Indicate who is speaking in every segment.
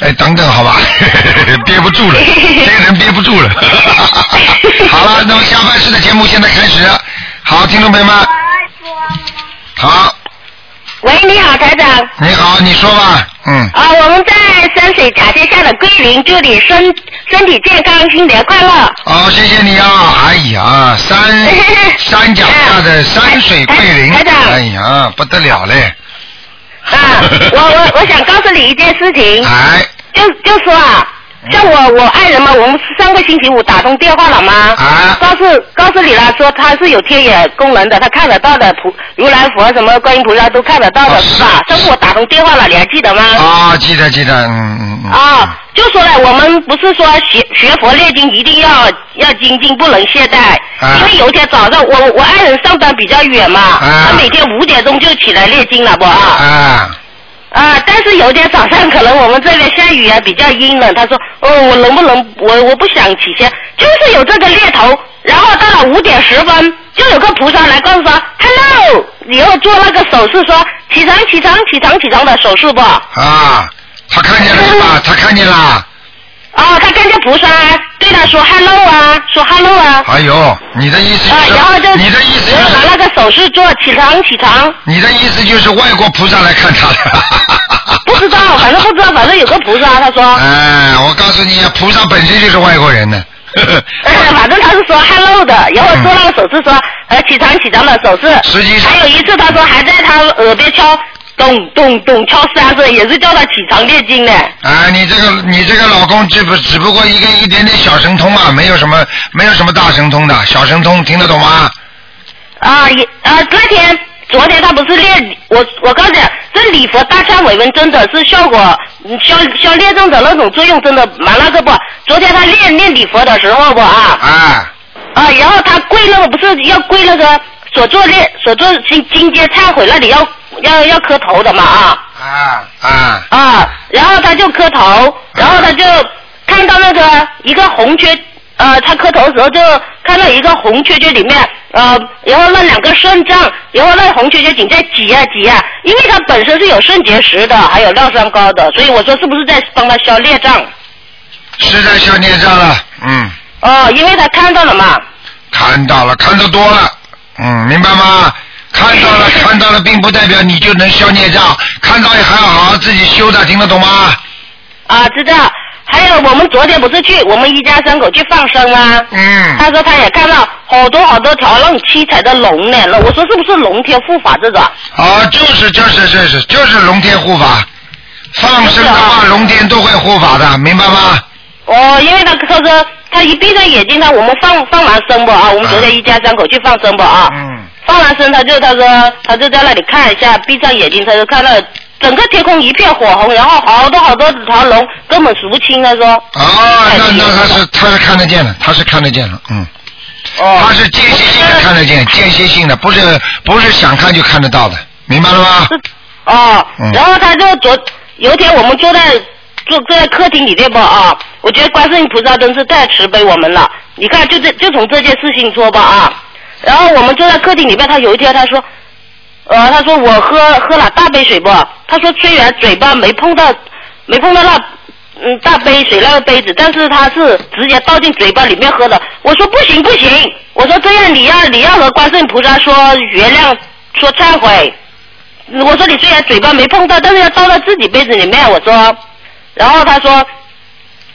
Speaker 1: 哎，等等，好吧， 憋不 住了，这个人憋不住了。 好了，那么下半时的节目现在开始。好，听众朋友们，好，
Speaker 2: 喂，你好，台长。
Speaker 1: 你好，你说吧，嗯，
Speaker 2: 啊、我们在山水甲天下的桂林，祝你身身体健康，新年快乐。
Speaker 1: 好，谢谢你啊，哎呀，山 山脚下的山水桂林，
Speaker 2: 台台长
Speaker 1: 哎呀，不得了嘞，
Speaker 2: 啊，我我我想告诉你一件事情，
Speaker 1: 哎
Speaker 2: 就就说啊，
Speaker 1: 嗯
Speaker 2: 像我我爱人嘛，我们上个星期五打通电话了嘛，
Speaker 1: 啊
Speaker 2: 告诉告诉你了，说他是有天眼功能的，他看得到的菩如来佛什么观音菩萨都看得到
Speaker 1: 啊
Speaker 2: 的，是吧？上次我打通电话了，你还记得吗？
Speaker 1: 啊，记得记得，嗯嗯嗯，
Speaker 2: 啊，就说了，我们不是说学学佛念经一定要要精进，不能懈怠。
Speaker 1: 啊
Speaker 2: 因为有一天早上，我我爱人上班比较远嘛，
Speaker 1: 啊
Speaker 2: 他每天五点钟就起来念经了不啊？
Speaker 1: 啊，
Speaker 2: 啊，但是有一天早上可能我们这边下雨啊，比较阴冷，他说哦，我能不能我我不想起先，就是有这个念头。然后到了五点十分，就有个菩萨来告诉他，Hello，以后做那个手势说起床起床起床起床的手势不？
Speaker 1: 啊，他看见了是吧？他看见了。
Speaker 2: 哦，他看见菩萨对他说 hello 啊，说 hello 啊，
Speaker 1: 哎呦，你的意思就
Speaker 2: 啊，
Speaker 1: 是，
Speaker 2: 然后就
Speaker 1: 你的意思就
Speaker 2: 然后
Speaker 1: 是，
Speaker 2: 拿那个手势做起床起床，
Speaker 1: 你的意思就是外国菩萨来看他 了。
Speaker 2: 不知道，反正不啊知道，反正有个菩萨，他说，
Speaker 1: 哎，我告诉你，菩萨本身就是外国人呢。
Speaker 2: 哎反正他是说 hello 的，然后做那个手势说呃起床起床的手势，
Speaker 1: 嗯实际上
Speaker 2: 还有一次他说还在他耳边敲咚咚咚敲三声，也是叫他起床念经呢。
Speaker 1: 啊，你这个你这个老公只不只不过一个一点点小神通啊，没有什么没有什么大神通的，小神通听得懂吗？
Speaker 2: 啊，也啊，那天昨天他不是练我，我告诉你，这礼佛大忏悔文真的是效果，嗯消消裂症的那种作用真的蛮那个不。昨天他练练礼佛的时候不啊
Speaker 1: 哎，
Speaker 2: 啊，然后他跪那个不是要跪那个所做练所做经经阶忏悔那里要要要磕头的嘛啊。
Speaker 1: 啊啊
Speaker 2: 啊，然后他就磕头，然后他就看到那个一个红圈，呃，他磕头的时候就看到一个红圈圈里面，呃，然后那两个肾脏，然后那红圈圈紧在挤啊挤啊，因为他本身是有肾结石的，还有尿酸高的，所以我说是不是在帮他消孽障？
Speaker 1: 是在消孽障了，嗯，
Speaker 2: 哦，因为他看到了嘛。
Speaker 1: 看到了，看得多了，嗯，明白吗？看到 了，看到了，并不代表你就能消孽障，看到也还要好好自己修的，听得懂吗？
Speaker 2: 啊，知道。还有我们昨天不是去我们一家三口去放生啊？
Speaker 1: 嗯
Speaker 2: 他说他也看到好多好多条那种七彩的龙呢，我说是不是龙天护法这种？
Speaker 1: 啊，就是就是就是就是龙天护法，放生的话，
Speaker 2: 是啊
Speaker 1: 龙天都会护法的，明白吗？
Speaker 2: 哦，因为他他说他一闭上眼睛，他我们放放完生不啊？我们昨天一家三口去放生不啊？
Speaker 1: 嗯，
Speaker 2: 放完生他就他说他就在那里看一下，闭上眼睛他就看到整个天空一片火红，然后好多好多条龙根本数不清。他说
Speaker 1: 啊，那那他
Speaker 2: 太
Speaker 1: 是他是看得见的，他是看得见的，嗯，
Speaker 2: 哦，
Speaker 1: 他是间歇性的看得见，间歇性的，不是不是想看就看得到的，明白了 吗？
Speaker 2: 是哦
Speaker 1: 嗯，
Speaker 2: 然后他就昨有一天我们坐在坐坐在客厅里面吧啊，我觉得观世音菩萨真是太慈悲我们了。你看，就这就从这件事情说吧啊，然后我们坐在客厅里面，他有一天他说，呃，他说我喝喝了大杯水不？他说虽然嘴巴没碰到没碰到那嗯大杯水那个杯子，但是他是直接倒进嘴巴里面喝的。我说不行不行，我说这样你要你要和观世音菩萨说原谅说忏悔。我说你虽然嘴巴没碰到，但是要倒到自己杯子里面。我说，然后他说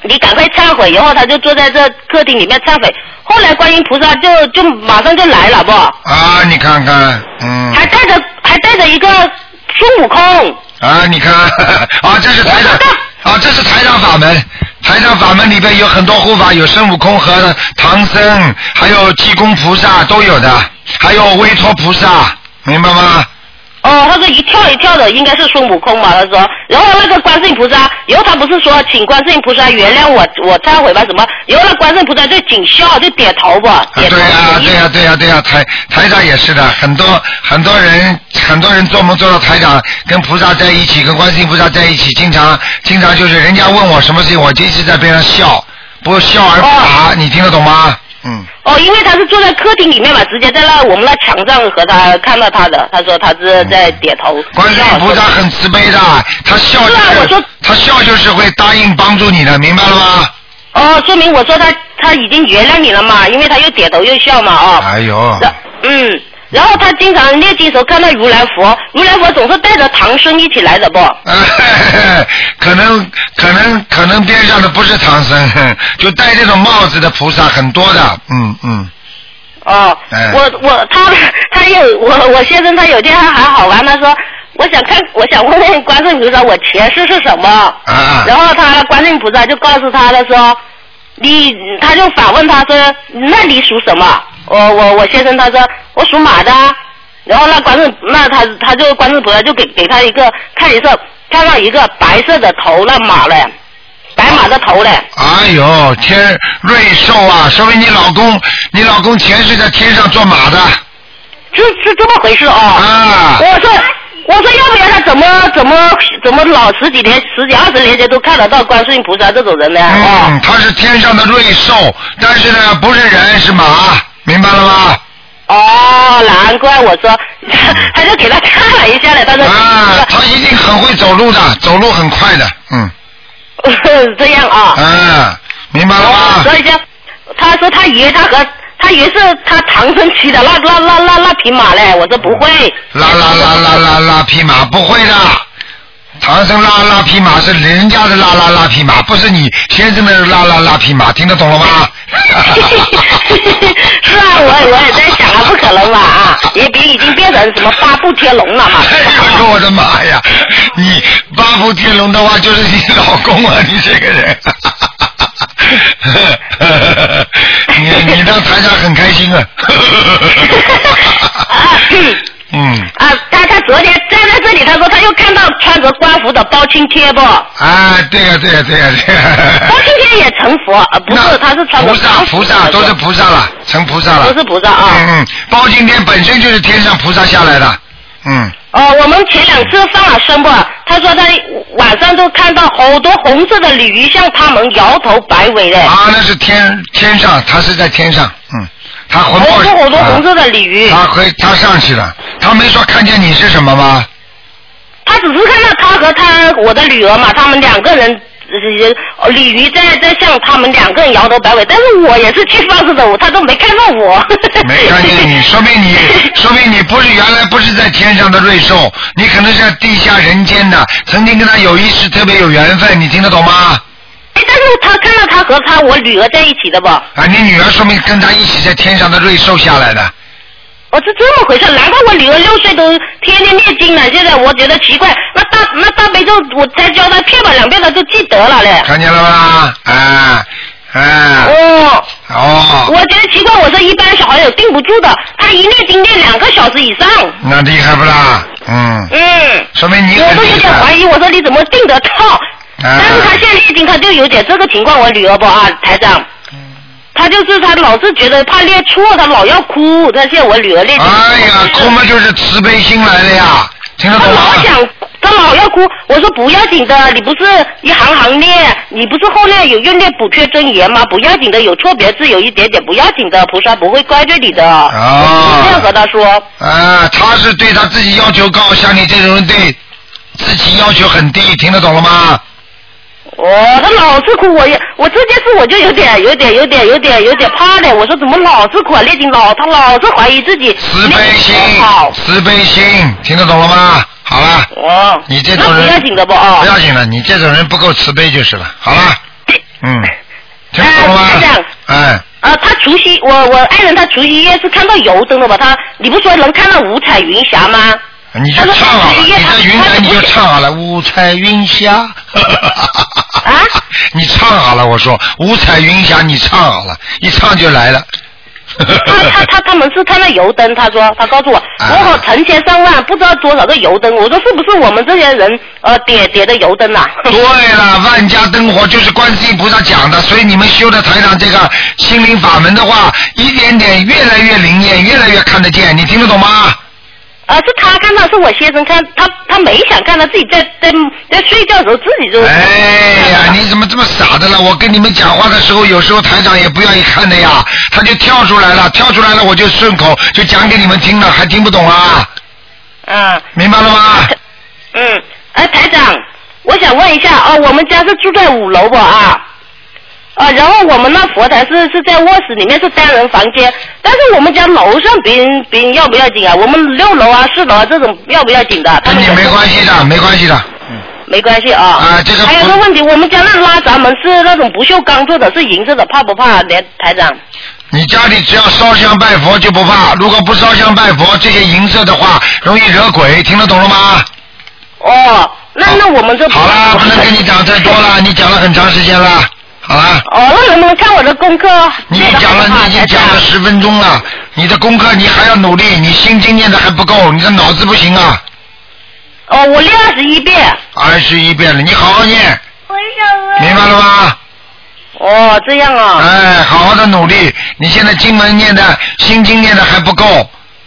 Speaker 2: 你赶快忏悔，然后他就坐在这客厅里面忏悔。后来观音菩萨就就马上就来了不，
Speaker 1: 啊，你看看，嗯，
Speaker 2: 还带着还带着一个孙悟空。
Speaker 1: 啊，你看， 啊，这是台长
Speaker 2: 我知，
Speaker 1: 啊，这是台长法门。台长法门里边有很多护法，有孙悟空和唐僧，还有济公菩萨都有的，还有微托菩萨，明白吗？
Speaker 2: 哦，他说一跳一跳的，应该是孙悟空吧？他说，然后那个观世音菩萨，然后他不是说请观世音菩萨原谅我，我忏悔吧什么？然后那观世音菩萨就谨笑，就点头吧，
Speaker 1: 啊，
Speaker 2: 点头。
Speaker 1: 对呀、对呀、对呀、啊对呀、台台长也是的，很多很多人很多人做梦做到台长跟菩萨在一起，跟观世音菩萨在一起，经常经常就是人家问我什么事情，我就一直在边上笑，不笑而不答，你听得懂吗？嗯，
Speaker 2: 哦，因为他是坐在客厅里面嘛，直接在那我们那墙上和他看到他的，他说他是
Speaker 1: 嗯
Speaker 2: 在点头。
Speaker 1: 观世音菩萨很慈悲的，他笑就是
Speaker 2: 啊我说
Speaker 1: 是他笑就是会答应帮助你的，明白了吗？
Speaker 2: 哦，说明我说他他已经原谅你了嘛，因为他又点头又笑嘛，哦。
Speaker 1: 哎呦，
Speaker 2: 然嗯，然后他经常念经时候看到如来佛，如来佛总是带着唐僧一起来的不？
Speaker 1: 哎 可能可能可能边上的不是唐僧， 哼就戴这种帽子的菩萨很多的，嗯嗯，
Speaker 2: 哦，
Speaker 1: 哎
Speaker 2: 我我他他有我我先生他有天还好玩，他说我想看我想问问观世音菩萨我前世是什么？
Speaker 1: 啊
Speaker 2: 然后他观世音菩萨就告诉他了说，你他就反问他说，那你属什么？我我我先生他说我属马的啊，然后那观世那他他就观世菩萨就给给他一个看一个看到一个白色的头那马嘞，白马的头嘞，
Speaker 1: 哎呦，天瑞兽啊，说明你老公你老公前世在天上做马的
Speaker 2: 是是这么回事哦。
Speaker 1: 啊
Speaker 2: 我，说，我说要不然他怎么怎么怎么老十几年、十几二十年前都看得到观世音菩萨这种人呢？
Speaker 1: 嗯，
Speaker 2: 哦
Speaker 1: 他是天上的瑞兽，但是呢不是人是马，明白了吗？
Speaker 2: 哦，难怪我说， 他就给他看了一下了，他说、
Speaker 1: 啊，他一定很会走路的，走路很快的，嗯，
Speaker 2: 这样啊，
Speaker 1: 啊，明白了
Speaker 2: 哦，
Speaker 1: 吗？
Speaker 2: 所以就他说他以为他和他以为是他唐僧骑的那那那那那匹马嘞，我说不会，
Speaker 1: 拉拉拉拉拉拉匹马不会的，唐僧拉拉匹马是人家的拉拉拉匹马，不是你先生的拉拉拉匹马，听得懂了吗？
Speaker 2: 是啊，我也我也在想啊，不可能吧啊，也别已经变成什么八部天龙了嘛。
Speaker 1: 哎呦我的妈呀！你八福天龙的话，就是你老公啊，你这个人。你你让台长很开心 啊。嗯，
Speaker 2: 啊，他他昨天站在这里，他说他又看到穿着官服的包青天不？包
Speaker 1: 啊，对呀、对呀、对呀、对呀、
Speaker 2: 青天也成佛，啊、不
Speaker 1: 那
Speaker 2: 是，他是穿着
Speaker 1: 菩萨，
Speaker 2: 官服
Speaker 1: 菩萨
Speaker 2: 的
Speaker 1: 都是菩萨了，成菩萨了。
Speaker 2: 都是菩萨啊
Speaker 1: 嗯嗯，包青天本身就是天上菩萨下来的。嗯，
Speaker 2: 哦，我们前两次放了生不？他说他晚上都看到好多红色的鲤鱼向他们摇头摆尾嘞，
Speaker 1: 啊，那是天天上，他是在天上。嗯，他
Speaker 2: 好
Speaker 1: 魂魄。
Speaker 2: 多好多
Speaker 1: 啊
Speaker 2: 红色的鲤鱼。
Speaker 1: 他回他上去了，他没说看见你是什么 吗？
Speaker 2: 他只是看到他和他我的女儿嘛，他们两个人。呃鲤鱼在在向他们两个人摇头摆尾，但是我也是去放生的，我他都没看到我。
Speaker 1: 没看见你，说明你说明你不是原来不是在天上的瑞兽，你可能是在地下人间的，曾经跟他有一世特别有缘分，你听得懂吗？
Speaker 2: 哎， 但是他看到他和他我女儿在一起的不？
Speaker 1: 啊，你女儿说明跟他一起在天上的瑞兽下来的，
Speaker 2: 我哦是这么回事，难怪我女儿六岁都天天念经了。现在我觉得奇怪，那大那大悲咒我才教她骗吧两遍，她就记得了嘞。
Speaker 1: 看见了吧？啊啊
Speaker 2: 哦，我
Speaker 1: 哦，
Speaker 2: 觉得奇怪，我说一般小孩有定不住的，他一念经念两个小时以上。
Speaker 1: 那厉害不啦？嗯，
Speaker 2: 嗯，
Speaker 1: 说明你
Speaker 2: 我
Speaker 1: 很
Speaker 2: 都有
Speaker 1: 厉
Speaker 2: 点怀
Speaker 1: 害。
Speaker 2: 疑，我说你怎么定得到？但
Speaker 1: 啊
Speaker 2: 是他现在念经，他就有点这个情况。我女儿不啊，台长，
Speaker 1: 嗯
Speaker 2: 他就是他老是觉得怕念错，他老要哭。他现在我女儿念经，
Speaker 1: 哎呀，哭嘛就是慈悲心来的呀，听得
Speaker 2: 他
Speaker 1: 懂吗？
Speaker 2: 老想，他老要哭。我说不要紧的，你不是一行行念，你不是后面有用念补缺真言吗？不要紧的，有错别字有一点点，不要紧的，菩萨不会怪罪你的。
Speaker 1: 哦
Speaker 2: 我这样和他说。
Speaker 1: 啊，他是对他自己要求高，像你这种人对自己要求很低，听得懂了吗？
Speaker 2: 哦，他老是哭，我也我这件事我就有点有点有点有点有点怕了。我说怎么老是哭啊？练经老他老是怀疑自己
Speaker 1: 慈
Speaker 2: 练
Speaker 1: 悲
Speaker 2: 经
Speaker 1: 心
Speaker 2: 不好，。
Speaker 1: 慈悲心，听得懂了吗？好了，
Speaker 2: 哦，
Speaker 1: 你这种人
Speaker 2: 那不要紧的不啊？
Speaker 1: 不要紧了，你这种人不够慈悲就是了。好了，嗯，听得懂了
Speaker 2: 哎台
Speaker 1: 吗
Speaker 2: 长？
Speaker 1: 哎，
Speaker 2: 啊，他除夕，我我爱人他除夕夜是看到油灯的吧？他你不说能看到五彩云霞吗？
Speaker 1: 你就唱好了，
Speaker 2: 他说他
Speaker 1: 你在云
Speaker 2: 他
Speaker 1: 南
Speaker 2: 不
Speaker 1: 你就
Speaker 2: 想
Speaker 1: 唱好了，五彩云霞。啊
Speaker 2: 啊？
Speaker 1: 你唱好了，我说五彩云霞，你唱好了，一唱就来了。
Speaker 2: 他他他他们是看到油灯，他说他告诉我，
Speaker 1: 啊
Speaker 2: 我好成千上万啊不知道多少个油灯，我说是不是我们这些人呃点点的油 灯呐、啊
Speaker 1: 对了，万家灯火就是观世音菩萨讲的，所以你们修的台长这个心灵法门的话，一点点越来越灵验，越来越看得见，你听得懂吗？
Speaker 2: 啊，是他看到，是我先生看，他他没想看到，自己在在在睡觉的时候自己就。
Speaker 1: 哎呀，呀，你怎么这么傻的了？我跟你们讲话的时候，有时候台长也不愿意看的呀，他就跳出来了，跳出来了我就顺口就讲给你们听了，还听不懂啊？
Speaker 2: 嗯
Speaker 1: 明白了吗？
Speaker 2: 嗯，哎，台长，我想问一下哦，我们家是住在五楼吧啊？啊，然后我们那佛台是是在卧室里面是单人房间，但是我们家楼上别人别人要不要紧啊？我们六楼啊、四楼啊这种要不要紧的？他
Speaker 1: 跟
Speaker 2: 们
Speaker 1: 你
Speaker 2: 也
Speaker 1: 嗯没关系的，没关系的。
Speaker 2: 没关系啊。
Speaker 1: 啊这个
Speaker 2: 还有
Speaker 1: 不
Speaker 2: 个问题，我们家那拉闸门是那种不锈钢做的，是银色的，怕不怕？连台长。
Speaker 1: 你家里只要烧香拜佛就不怕，如果不烧香拜佛，这些银色的话容易惹鬼，听得懂了吗？
Speaker 2: 哦，那那我们这
Speaker 1: 好啦，不能跟你讲再多了，你讲了很长时间了，好啦。
Speaker 2: 哦，那能不能看我的功课？
Speaker 1: 你已经讲了，你已经讲了十分钟了，你的功课你还要努力，你心经念的还不够，你的脑子不行啊。
Speaker 2: 哦，我练二十一遍。
Speaker 1: 二十一遍了，你好好念，明白了吗？
Speaker 2: 哦，这样啊。
Speaker 1: 哎，好好的努力，你现在经文念的心经念的还不够，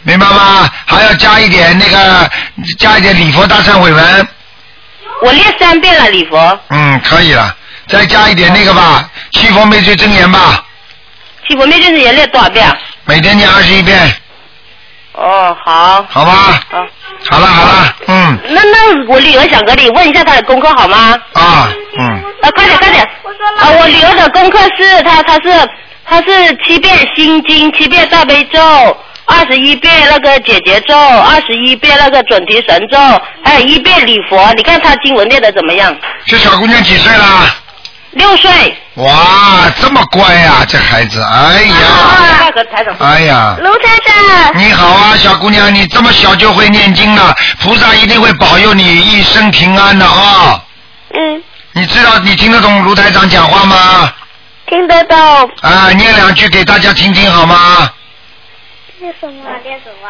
Speaker 1: 明白吗？还要加一点那个，加一点礼佛大忏悔文，
Speaker 2: 我练三遍了礼佛。
Speaker 1: 嗯，可以了，再加一点那个吧，七佛灭罪真言吧，
Speaker 2: 七佛灭罪真言练多少遍啊？
Speaker 1: 每天念二十一遍，
Speaker 2: 哦，好。
Speaker 1: 好吧？
Speaker 2: 好。
Speaker 1: 好了好了，嗯
Speaker 2: 那那我女儿想和你问一下她的功课好吗？
Speaker 1: 啊嗯，
Speaker 2: 啊，快点快点！
Speaker 3: 我说
Speaker 2: 啊，我女儿的功课是她她是她是七遍心经，七遍大悲咒，二十一遍那个解结咒，二十一遍那个准提神咒，还有一遍礼佛。你看她经文念的怎么样？
Speaker 1: 这小姑娘几岁啦？
Speaker 2: 六岁。
Speaker 1: 哇，这么乖呀、这孩子，哎呀，
Speaker 2: 啊，和台长。
Speaker 1: 哎呀，
Speaker 3: 卢台长，
Speaker 1: 你好啊，小姑娘，你这么小就会念经了，菩萨一定会保佑你一生平安的啊、
Speaker 3: 嗯，
Speaker 1: 你知道你听得懂卢台长讲话吗？
Speaker 3: 听得懂。
Speaker 1: 啊，念两句给大家听听好吗？
Speaker 3: 练什么？练什么？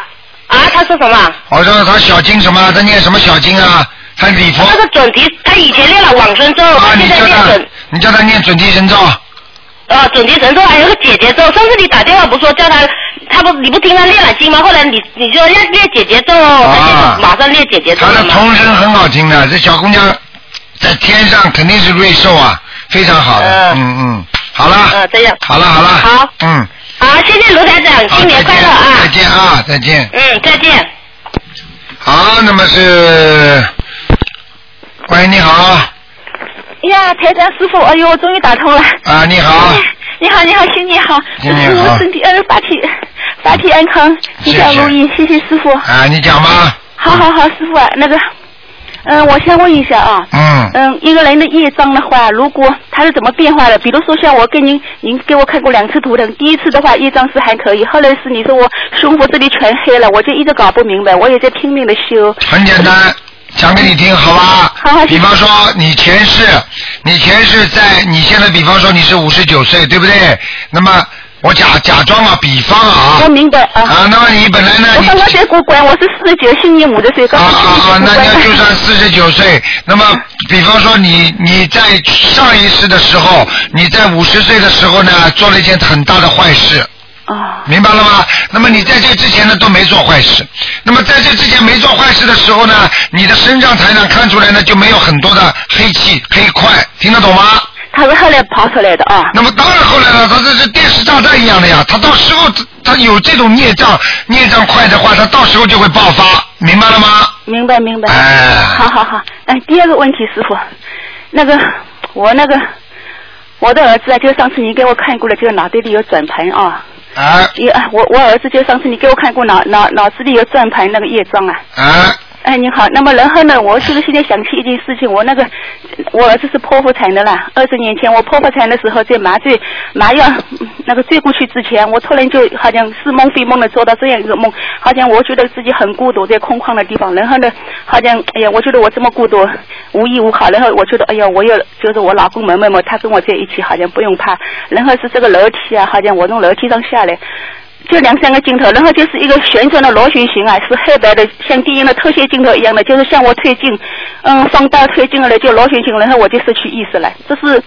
Speaker 2: 啊，她说什么？
Speaker 1: 我说他小经什么？他念什么小经啊？他礼佛
Speaker 2: 那个准提，她以前练了往生咒，
Speaker 1: 啊，
Speaker 2: 她
Speaker 1: 你
Speaker 2: 现在
Speaker 1: 叫
Speaker 2: 练
Speaker 1: 他
Speaker 2: 准。，
Speaker 1: 你叫他念准提神咒。
Speaker 2: 啊，准提神咒还有个姐姐咒，上次你打电话不说叫他，他不你不听他练了经吗？后来你你说要练姐姐咒，他就马上练姐姐咒
Speaker 1: 啊他
Speaker 2: 了
Speaker 1: 的
Speaker 2: 嘛。
Speaker 1: 童声很好听的，这小姑娘在天上肯定是瑞兽啊，非常好的。
Speaker 2: 嗯
Speaker 1: 嗯嗯，好了。
Speaker 2: 嗯这样
Speaker 1: 好了好了。
Speaker 2: 好。
Speaker 1: 嗯。
Speaker 2: 好，谢谢卢台长，
Speaker 1: 好
Speaker 2: 新年快乐啊！
Speaker 1: 再见再见啊，再见。
Speaker 2: 嗯，再见。
Speaker 1: 好，那么是，喂，你好，
Speaker 3: 哎呀，台长师傅，哎呦，我终于打通了。
Speaker 1: 啊，你好，
Speaker 2: 嗯
Speaker 3: 你好，你好，新年好，
Speaker 1: 新
Speaker 3: 祝
Speaker 1: 年好
Speaker 3: 我身体呃法体法体安康，
Speaker 1: 谢谢
Speaker 3: 吉祥如意，谢谢师傅。
Speaker 1: 啊，你讲吧，
Speaker 3: 好好好，师傅啊，那个，嗯、我先问一下啊，
Speaker 1: 嗯，
Speaker 3: 嗯，一个人的业障的话，如果他是怎么变化的？比如说像我跟您，您给我看过两次图腾，第一次的话业障是还可以，后来是你说我胸腹这里全黑了，我就一直搞不明白，我也在拼命的修。
Speaker 1: 很简单，讲给你听，好吧？
Speaker 3: 好好
Speaker 1: 比方说，你前世，你前世在你现在，比方说你是五十九岁，对不对？那么我假假装啊，比方啊
Speaker 3: 我，明白啊，
Speaker 1: 啊，那么你本来呢，
Speaker 3: 我
Speaker 1: 你
Speaker 3: 刚刚在过关，我是四十九，新年母的岁，
Speaker 1: 啊
Speaker 3: 刚刚
Speaker 1: 啊啊！
Speaker 3: 过
Speaker 1: 那
Speaker 3: 关。
Speaker 1: 那就 算四十九岁，那么比方说你你在上一世的时候，你在五十岁的时候呢，做了一件很大的坏事，
Speaker 3: 啊
Speaker 1: 明白了吗？那么你在这之前呢都没做坏事，那么在这之前没做坏事的时候呢，你的身上才能看出来呢就没有很多的黑气黑块，听得懂吗？
Speaker 3: 他是后来跑出来的啊。
Speaker 1: 那么当然后来了，他这是电视炸弹一样的呀，他到时候他有这种孽障孽障块的话，他到时候就会爆发，明白了吗？
Speaker 3: 明白明白。
Speaker 1: 哎
Speaker 3: 好好好，哎，第二个问题，师傅，那个我那个我的儿子啊，就上次你给我看过了，这个脑袋里有转盘啊，
Speaker 1: 啊
Speaker 3: 也啊我我儿子就上次你给我看过脑脑脑子里有转盘那个业障啊。
Speaker 1: 啊！
Speaker 3: 哎，你好。那么然后呢，我就是现在想起一件事情，我那个我儿子是剖腹产的啦。二十年前我剖腹产的时候，在麻醉麻药嗯那个醉过去之前，我突然就好像似梦非梦的做到这样一个梦，好像我觉得自己很孤独，在空旷的地方。然后呢，好像哎呀，我觉得我这么孤独，无依无靠。然后我觉得哎呀，我有就是我老公某某某，他跟我在一起，好像不用怕。然后是这个楼梯啊，好像我从楼梯上下来。就两三个镜头，然后就是一个旋转的螺旋形啊，是黑白的，像电影的特写镜头一样的，就是向我推进，嗯，放大推进了就螺旋形，然后我就失去意识了。这是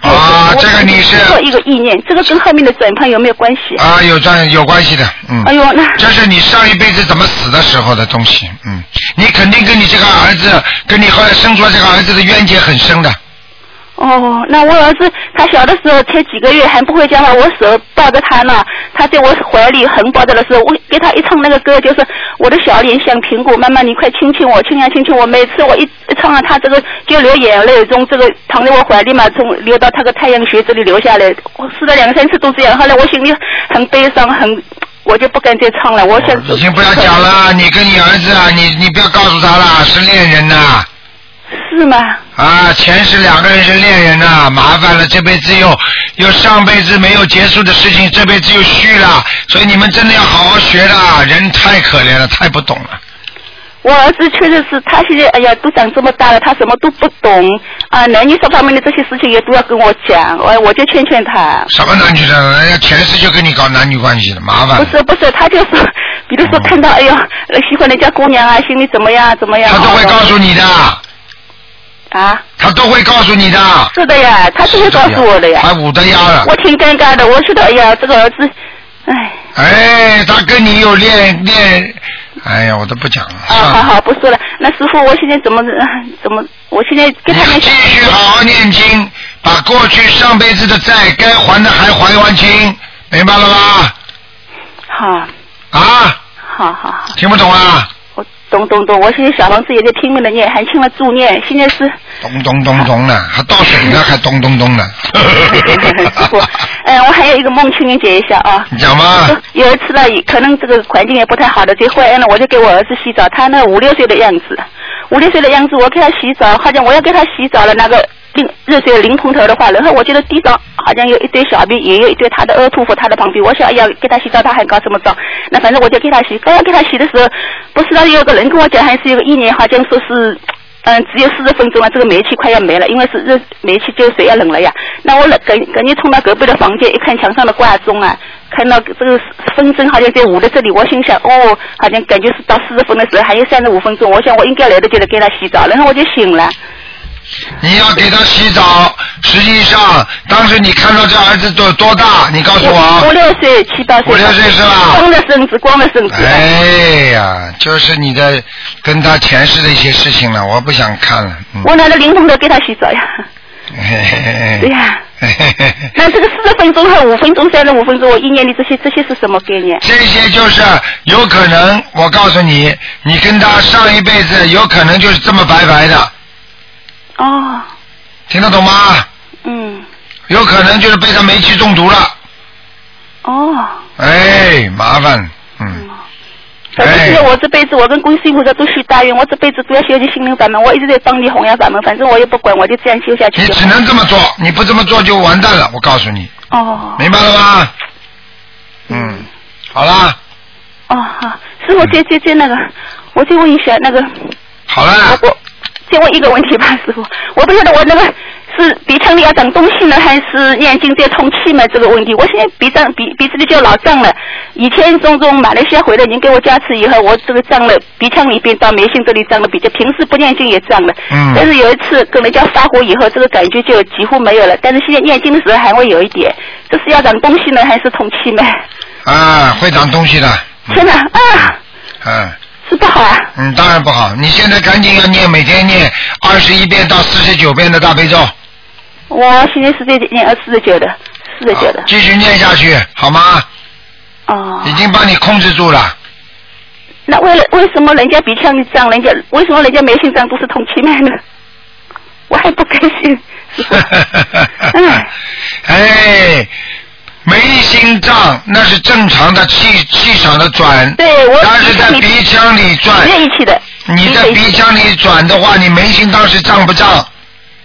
Speaker 1: 啊
Speaker 3: 我
Speaker 1: 这个你是
Speaker 3: 做一个意念，这个跟后面的转盘有没有关系？
Speaker 1: 啊，有关有关系的，嗯。
Speaker 3: 哎呦，那
Speaker 1: 这是你上一辈子怎么死的时候的东西，嗯，你肯定跟你这个儿子，跟你后来生出来这个儿子的冤结很深的，
Speaker 3: 哦，那我儿子他小的时候才几个月，还不会讲话，我手抱着他呢，他在我怀里横抱着的时候，我给他一唱那个歌，就是我的小脸像苹果，妈妈你快亲亲我，亲呀亲亲我。每次我一一唱啊，他这个就流眼泪，从这个躺在我怀里嘛，从流到他个太阳穴这里流下来，我试了两三次都这样，后来我心里很悲伤，很。我就不敢再唱了，我想。
Speaker 1: 已经不要讲了，你跟你儿子啊，你你不要告诉他了，是恋人呐、
Speaker 3: 是吗？
Speaker 1: 啊，前世两个人是恋人呐、麻烦了，这辈子又又上辈子没有结束的事情，这辈子又续了，所以你们真的要好好学的，啊人太可怜了，太不懂了。
Speaker 3: 我儿子确实是，他现在哎呀都长这么大了，他什么都不懂啊，男女这方面的这些事情也都要跟我讲，哎，我就劝劝他。
Speaker 1: 什么男女的，人家前世就跟你搞男女关系了，麻烦
Speaker 3: 不
Speaker 1: 了。
Speaker 3: 是不是， 他就说，比如说看到哎呀喜欢人家姑娘啊，心里怎么样怎么样。
Speaker 1: 他都会告诉你的，
Speaker 3: 啊，
Speaker 1: 他都会告诉你的。
Speaker 3: 是的呀，他都会告诉我的呀。
Speaker 1: 还捂着压了。
Speaker 3: 我挺尴尬的，我觉得哎呀这个儿子，哎，
Speaker 1: 哎，他跟你有恋恋，哎呀，我都不讲了。
Speaker 3: 啊好好不说了。那师傅，我现在怎么怎么，我现在
Speaker 1: 你
Speaker 3: 跟他们
Speaker 1: 继续好好念经，把过去上辈子的债该还的还还完清，明白了吧？
Speaker 3: 好，
Speaker 1: 啊，
Speaker 3: 好好好。
Speaker 1: 听不懂啊？
Speaker 3: 我懂懂懂，我现在小房子也在拼命的念，还清了助念，现在是。
Speaker 1: 咚咚咚咚的，还倒水呢，还咚咚 咚的。
Speaker 3: 哎师傅，嗯，我还有一个梦，请您解一下啊。
Speaker 1: 你讲吧，
Speaker 3: 有一次呢，可能这个环境也不太好的，就坏了，我就给我儿子洗澡，他那五六岁的样子，五六岁的样子，我给他洗澡，好像我要给他洗澡了，那个淋热水淋喷头的话，然后我觉得地上好像有一堆小便，也有一堆他的恶兔腐，他的旁边，我想哎呀给他洗澡，他还搞什么澡？那反正我就给他洗，刚要给他洗的时候，不知道有个人跟我讲，还是有个意念，好像说是。嗯，只有四十分钟了，这个煤气快要没了，因为是热煤气就水要冷了呀。那我冷赶赶紧冲到隔壁的房间，一看墙上的挂钟啊，看到这个风筝好像在舞的这里，我心想哦，好像感觉是到四十分的时候还有三十五分钟，我想我应该来得及了，给他洗澡，然后我就醒了。
Speaker 1: 你要给他洗澡。实际上，当时你看到这儿子多多大？你告诉
Speaker 3: 五
Speaker 1: 啊我。
Speaker 3: 六岁、七八岁。
Speaker 1: 五六岁是吧
Speaker 3: 光的身子，光的身子。
Speaker 1: 哎呀，就是你的跟他前世的一些事情了，我不想看了。嗯。
Speaker 3: 我拿着灵通头给他洗 澡呀，
Speaker 1: 嘿嘿嘿
Speaker 3: 对呀、
Speaker 1: 嘿嘿嘿嘿
Speaker 3: 那这个四十分钟和五分钟、三十五分钟，我一年里这些这些是什么概念？
Speaker 1: 这些就是有可能，我告诉你，你跟他上一辈子有可能就是这么白白的，
Speaker 3: 哦，
Speaker 1: 听得懂吗？
Speaker 3: 嗯，
Speaker 1: 有可能就是被他煤气中毒了，
Speaker 3: 哦。
Speaker 1: 哎，麻烦，嗯，哎
Speaker 3: 反正现在我这辈子，我跟观世音菩萨都许大愿，我这辈子都要修习心灵法门，我一直在帮你弘扬法门，反正我也不管，我就这样修下去
Speaker 1: 你
Speaker 3: 就
Speaker 1: 只
Speaker 3: 好。
Speaker 1: 能这么做，你不这么做就完蛋了，我告诉你，
Speaker 3: 哦
Speaker 1: 明白了吗？嗯，好啦，
Speaker 3: 哦好，师
Speaker 1: 嗯
Speaker 3: 傅接接接那个，我再问一下那个，
Speaker 1: 好啦，
Speaker 3: 我我再问一个问题吧，师傅，我不晓得我那个是鼻腔里要长东西呢，还是眼睛在通气嘛？这个问题，我现在鼻胀鼻鼻子里就老胀了，以前从从马来西亚回来，您给我加持以后，我这个胀了，鼻腔里边到眉心这里胀了比较，平时不念经也胀了，
Speaker 1: 嗯
Speaker 3: 但是有一次跟人家发火以后，这个感觉就几乎没有了，但是现在念经的时候还会有一点，这是要长东西呢，还是通气嘛？
Speaker 1: 啊，会长东西的，
Speaker 3: 天
Speaker 1: 嗯
Speaker 3: 哪啊，
Speaker 1: 嗯。
Speaker 3: 是不好啊！
Speaker 1: 嗯，当然不好。你现在赶紧要念，每天念二十一遍到四十九遍的大悲咒，
Speaker 3: 我现在是在念二四十九的，四十九的
Speaker 1: 啊，继续念下去，好吗？
Speaker 3: 哦。
Speaker 1: 已经帮你控制住了。
Speaker 3: 那为了为什么人家鼻腔里胀，人家为什么人家眉心脏都是通气脉呢？ 我还不甘 心。师傅哎，
Speaker 1: 哎，眉心脏那是正常的气气场的转，
Speaker 3: 对我
Speaker 1: 但是在
Speaker 3: 鼻
Speaker 1: 鼻腔里转
Speaker 3: 没，有一起的，
Speaker 1: 你在鼻腔里转的话，你眉心当时胀不胀？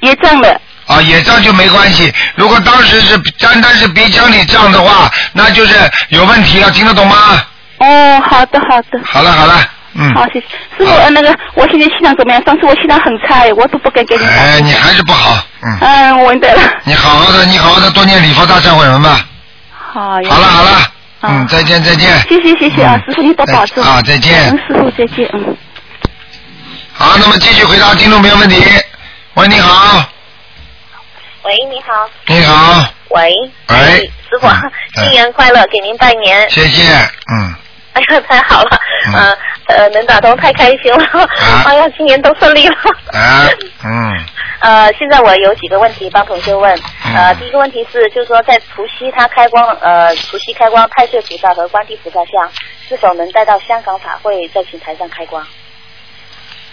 Speaker 3: 也胀了。
Speaker 1: 啊，也胀就没关系。如果当时是单单是鼻腔里胀的话，那就是有问题了，听得懂吗？
Speaker 3: 哦，好的好的，
Speaker 1: 好了好了，嗯。
Speaker 3: 好谢谢师傅。
Speaker 1: 好
Speaker 3: 呃那个我现在气量怎么样？上次我气量很差，我都不敢给你打。
Speaker 1: 哎，你还是不好，嗯，
Speaker 3: 嗯，我明白了。
Speaker 1: 你好好的，你好好的多念礼佛大忏悔文吧。
Speaker 3: 好呀。
Speaker 1: 好了好了，
Speaker 3: 嗯好
Speaker 1: 嗯，再见再见。
Speaker 3: 谢谢谢谢啊，
Speaker 1: 嗯
Speaker 3: 师傅你多保重。
Speaker 1: 啊，再见
Speaker 3: 嗯。师傅再见，嗯。
Speaker 1: 好，那么继续回答听众朋友问题。喂，你好，
Speaker 4: 喂，你好。
Speaker 1: 你好，
Speaker 4: 喂。
Speaker 1: 喂
Speaker 4: 哎师傅
Speaker 1: 嗯，
Speaker 4: 新年快乐，给您拜年。
Speaker 1: 谢谢，嗯，
Speaker 4: 哎呀，太好了。
Speaker 1: 嗯
Speaker 4: 嗯， 呃，能打通太开心了。 哎呀，今年都顺利了。
Speaker 1: 啊，嗯，
Speaker 4: 呃，现在我有几个问题帮同学问。呃，
Speaker 1: 嗯
Speaker 4: 第一个问题是，就是说在除夕他开光，呃，除夕开光太岁菩萨和观地菩萨像，是否能带到香港法会在琴台上开光？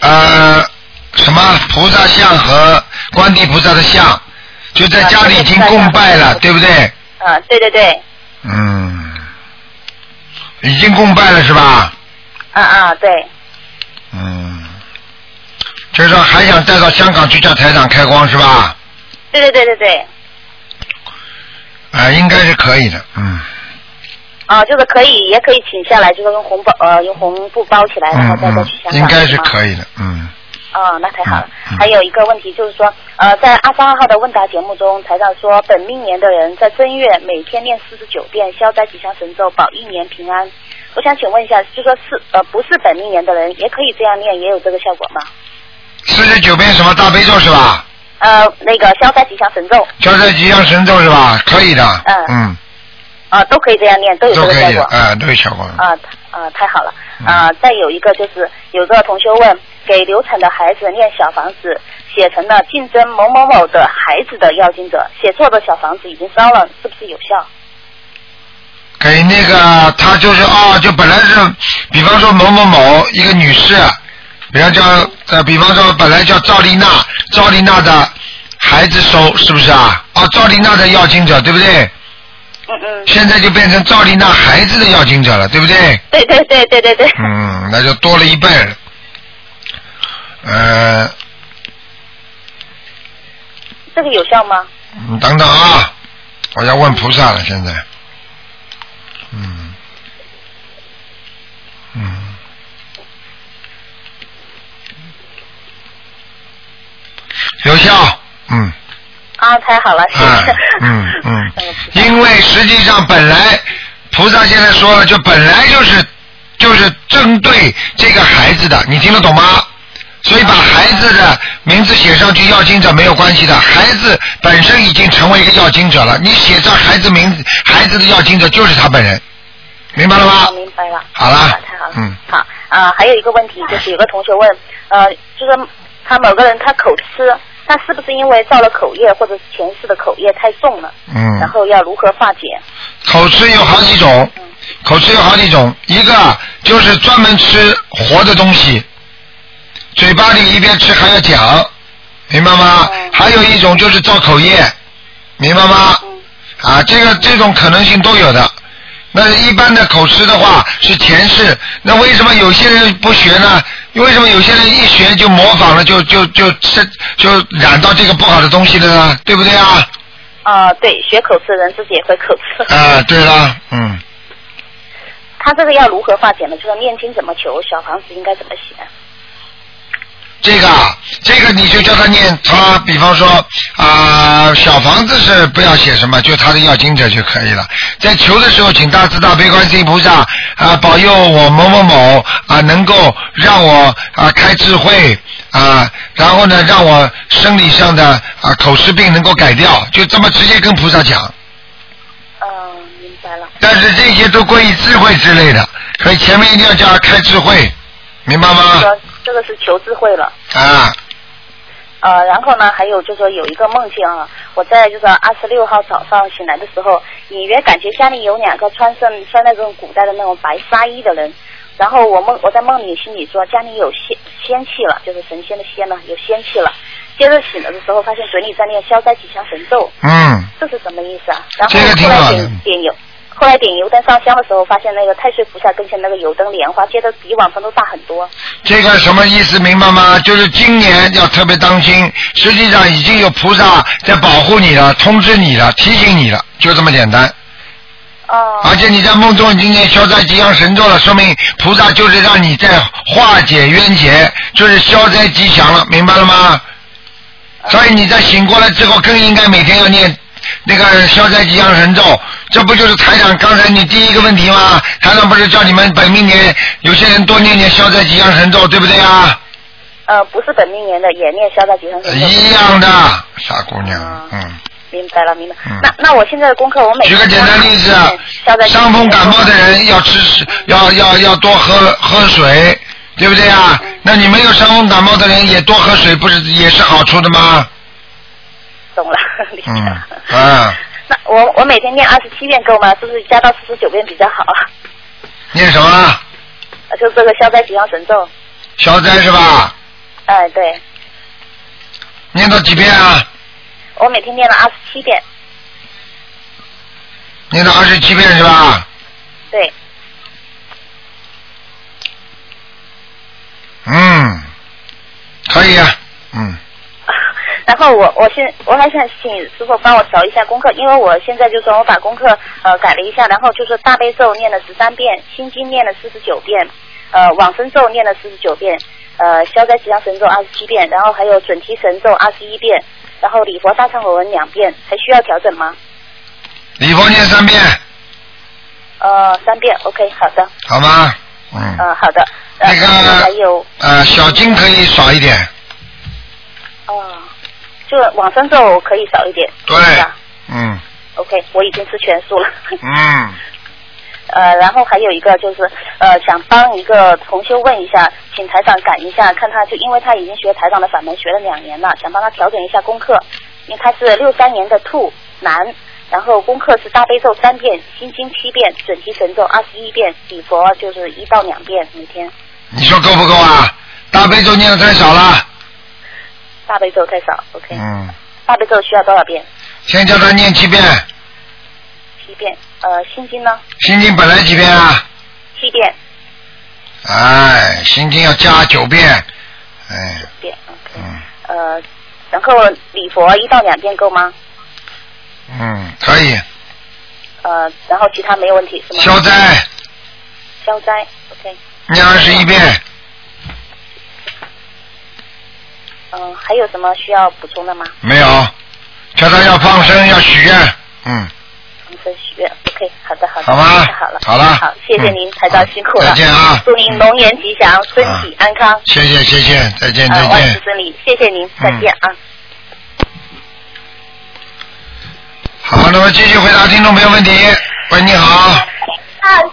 Speaker 1: 呃，什么菩萨像和观地菩萨的像，就在家里已经供拜了，对不对？
Speaker 4: 啊、对对对，
Speaker 1: 嗯，已经供拜了是吧？
Speaker 4: 啊啊对，
Speaker 1: 嗯，就是说还想带到香港去叫台长开光是吧？
Speaker 4: 对对对对对，
Speaker 1: 啊、应该是可以的，嗯
Speaker 4: 啊、就是可以，也可以请下来，就是用红包，呃，用红布包起来，然后
Speaker 1: 嗯
Speaker 4: 再再
Speaker 1: 嗯
Speaker 4: 去香，港。
Speaker 1: 应该是
Speaker 4: 吗
Speaker 1: 可以的，嗯。
Speaker 4: 哦，那太好了
Speaker 1: 嗯嗯。
Speaker 4: 还有一个问题就是说，呃，在二十二号的问答节目中，台长说，本命年的人在正月每天念四十九遍消灾吉祥神咒，保一年平安。我想请问一下，就说是呃不是本命年的人也可以这样念，也有这个效果吗？
Speaker 1: 四十九遍什么大悲咒是吧？
Speaker 4: 呃，那个消灾吉祥神咒，
Speaker 1: 消灾吉祥神咒是吧？可以的，嗯
Speaker 4: 嗯，呃，都可以这样念，都有这
Speaker 1: 都
Speaker 4: 个
Speaker 1: 可
Speaker 4: 效
Speaker 1: 以的，
Speaker 4: 果。
Speaker 1: 哎、都有效果的。
Speaker 4: 啊啊，太好了！
Speaker 1: 嗯
Speaker 4: 啊，再有一个就是有个同学问，给流产的孩子念小房子，写成了竞争某某某的孩子的要经者，写错的小房子已经烧了，是不是有效？
Speaker 1: 给那个他就是哦，就本来是，比方说某某某一个女士，比方叫呃，比方说本来叫赵丽娜，赵丽娜的孩子收是不是啊？哦，赵丽娜的要经者对不对？
Speaker 4: 嗯嗯，
Speaker 1: 现在就变成赵丽娜孩子的要经者了，对不对？
Speaker 4: 对对对对对对，
Speaker 1: 嗯，那就多了一倍了。呃，
Speaker 4: 这个有效吗？
Speaker 1: 你等等啊，我要问菩萨了，现在。嗯，嗯。有效，嗯，
Speaker 4: 啊，太好了，谢
Speaker 1: 啊
Speaker 4: 谢。，，
Speaker 1: 嗯嗯
Speaker 4: 嗯
Speaker 1: 因为实际上本来菩萨现在说了，就本来就是就是针对这个孩子的，你听得懂吗？所以把孩子的名字写上去，要经者没有关系的。孩子本身已经成为一个要经者了，你写上孩子名字，孩子的要经者就是他本人，明白了吗
Speaker 4: 哦？明白了。
Speaker 1: 好了
Speaker 4: 太好了。
Speaker 1: 嗯
Speaker 4: 好啊、还有一个问题就是有个同学问，呃，就是他某个人他口吃，他是不是因为造了口业或者是前世的口业太重了？然
Speaker 1: 嗯，
Speaker 4: 后要如何化解？
Speaker 1: 口吃有好几种，
Speaker 4: 嗯
Speaker 1: 口吃有好几种，一个啊就是专门吃活的东西，嘴巴里一边吃还要讲，明白吗
Speaker 4: 哦？
Speaker 1: 还有一种就是造口业，明白吗？
Speaker 4: 嗯
Speaker 1: 啊，这个这种可能性都有的。那一般的口吃的话是前世，那为什么有些人不学呢？为什么有些人一学就模仿了，就就就吃就染到这个不好的东西了呢？对不对啊？
Speaker 4: 啊、对，学口吃的人自己也会口吃。
Speaker 1: 啊，对了，嗯。
Speaker 4: 他这个要如何化解呢？就是念经怎么求，小房子应该怎么写？
Speaker 1: 这个啊，这个你就叫他念他，比方说啊、小房子是不要写什么，就他的要经者就可以了。在求的时候，请大慈大悲观世音菩萨啊、保佑我某某某啊、能够让我啊、开智慧啊、然后呢让我生理上的啊、口吃病能够改掉，就这么直接跟菩萨讲。
Speaker 4: 嗯、明白了。
Speaker 1: 但是这些都归于智慧之类的，所以前面一定要叫他开智慧，明白吗
Speaker 4: 这？个这个是求智慧了。
Speaker 1: 啊，
Speaker 4: 呃，然后呢，还有就是说有一个梦境啊，我在就是二十六号早上醒来的时候，隐约感觉家里有两个穿上穿那种古代的那种白纱衣的人，然后我梦我在梦里心里说家里有仙仙气了，就是神仙的仙呢，有仙气了。接着醒了的时候，发现嘴里在念消灾吉祥神咒，
Speaker 1: 嗯。
Speaker 4: 这是什么意思啊？然后
Speaker 1: 这个挺
Speaker 4: 后
Speaker 1: 好
Speaker 4: 来
Speaker 1: 的
Speaker 4: 点点油，后来点油灯上香的时候，发现那个太岁菩萨跟前那个油灯莲花接的比往常都大很多。
Speaker 1: 这个什么意思明白吗？就是今年要特别当心，实际上已经有菩萨在保护你了、通知你了、提醒你了，就这么简单。
Speaker 4: 哦
Speaker 1: 而且你在梦中已经念消灾吉祥神咒了，说明菩萨就是让你在化解冤结，就是消灾吉祥了，明白了吗？所以你在醒过来之后，更应该每天要念那个消灾吉祥神咒。这不就是台长刚才你第一个问题吗？台长不是叫你们本命年有些人多念念消灾吉祥神咒，对不对啊？哎
Speaker 4: 呃，不是本命年的，也念消灾吉祥神咒。啊
Speaker 1: 一样的，傻姑娘，嗯，
Speaker 4: 明白了，明白。
Speaker 1: 嗯
Speaker 4: 那那我现在的功课，我每
Speaker 1: 举个简单例子啊
Speaker 4: 嗯消灾，吉祥
Speaker 1: 伤风感冒的人要吃水，要要要多喝喝水，对不对啊？那你没有伤风感冒的人也多喝水，不是也是好处的吗？
Speaker 4: 懂了，理 解
Speaker 1: 嗯
Speaker 4: 了。
Speaker 1: 啊，
Speaker 4: 那我我每天念二十七遍够吗？是不是加到四十九遍比较好？
Speaker 1: 念什么了？
Speaker 4: 呃就这个消灾吉祥神咒，
Speaker 1: 消灾是吧？
Speaker 4: 哎，对，
Speaker 1: 念到几遍啊？
Speaker 4: 我每天念了二十七遍，
Speaker 1: 念到二十七遍是吧？
Speaker 4: 对，
Speaker 1: 嗯，可以啊，嗯，
Speaker 4: 然后我我现我还想请师傅帮我调一下功课，因为我现在就说我把功课呃改了一下，然后就是大悲咒念了十三遍，心经念了四十九遍，呃往生咒念了四十九遍，呃消灾吉祥神咒二十七遍，然后还有准提神咒二十一遍，然后礼佛大忏悔文两遍，还需要调整吗？
Speaker 1: 礼佛念三遍，
Speaker 4: 呃三遍，OK，好的，
Speaker 1: 好吗？嗯，
Speaker 4: 呃好的，呃、
Speaker 1: 那个
Speaker 4: 还有
Speaker 1: 呃，小经可以少一点，
Speaker 4: 哦，就往生咒可以少一点，
Speaker 1: 对
Speaker 4: 是吧
Speaker 1: 嗯
Speaker 4: OK，我已经吃全素了。
Speaker 1: 嗯，
Speaker 4: 呃，然后还有一个就是，呃，想帮一个同修问一下，请台长赶一下，看他就因为他已经学台长的法门学了两年了，想帮他调整一下功课，因为他是六三年的兔男，然后功课是大悲咒三遍，心经七遍，准提神咒二十一遍，礼佛就是一到两遍每天，
Speaker 1: 你说够不够啊？大悲咒念的太少了，
Speaker 4: 大悲咒太少，OK，、
Speaker 1: 嗯，
Speaker 4: 大悲咒需要多少遍？
Speaker 1: 先叫他念七遍，
Speaker 4: 七遍，呃，心经呢？
Speaker 1: 心经本来几遍啊？
Speaker 4: 七遍，
Speaker 1: 哎，心经要加九遍，哎，
Speaker 4: 七遍，OK，
Speaker 1: 嗯
Speaker 4: 呃，然后礼佛一到两遍够吗？
Speaker 1: 嗯，可以，
Speaker 4: 呃，然后其他没有问题是吗？
Speaker 1: 消灾
Speaker 4: 消灾，OK，
Speaker 1: 念二十一遍，
Speaker 4: 嗯、还有什么需要补充的吗？
Speaker 1: 没有，叫他要放生，要许愿，嗯。
Speaker 4: 我们分许愿，OK，好的，好的，
Speaker 1: 好吗
Speaker 4: 太好了，
Speaker 1: 好了
Speaker 4: 好，谢谢
Speaker 1: 嗯
Speaker 4: 您，台长
Speaker 1: 好
Speaker 4: 辛苦了，
Speaker 1: 再见啊
Speaker 4: 祝您龙年吉祥，身体安康，
Speaker 1: 谢谢谢谢，嗯再见嗯再
Speaker 4: 呃，万事
Speaker 1: 见。
Speaker 4: 顺利，谢谢您，再见啊。
Speaker 1: 好，那么继续回答听众朋友问题。喂，你好，
Speaker 3: 啊，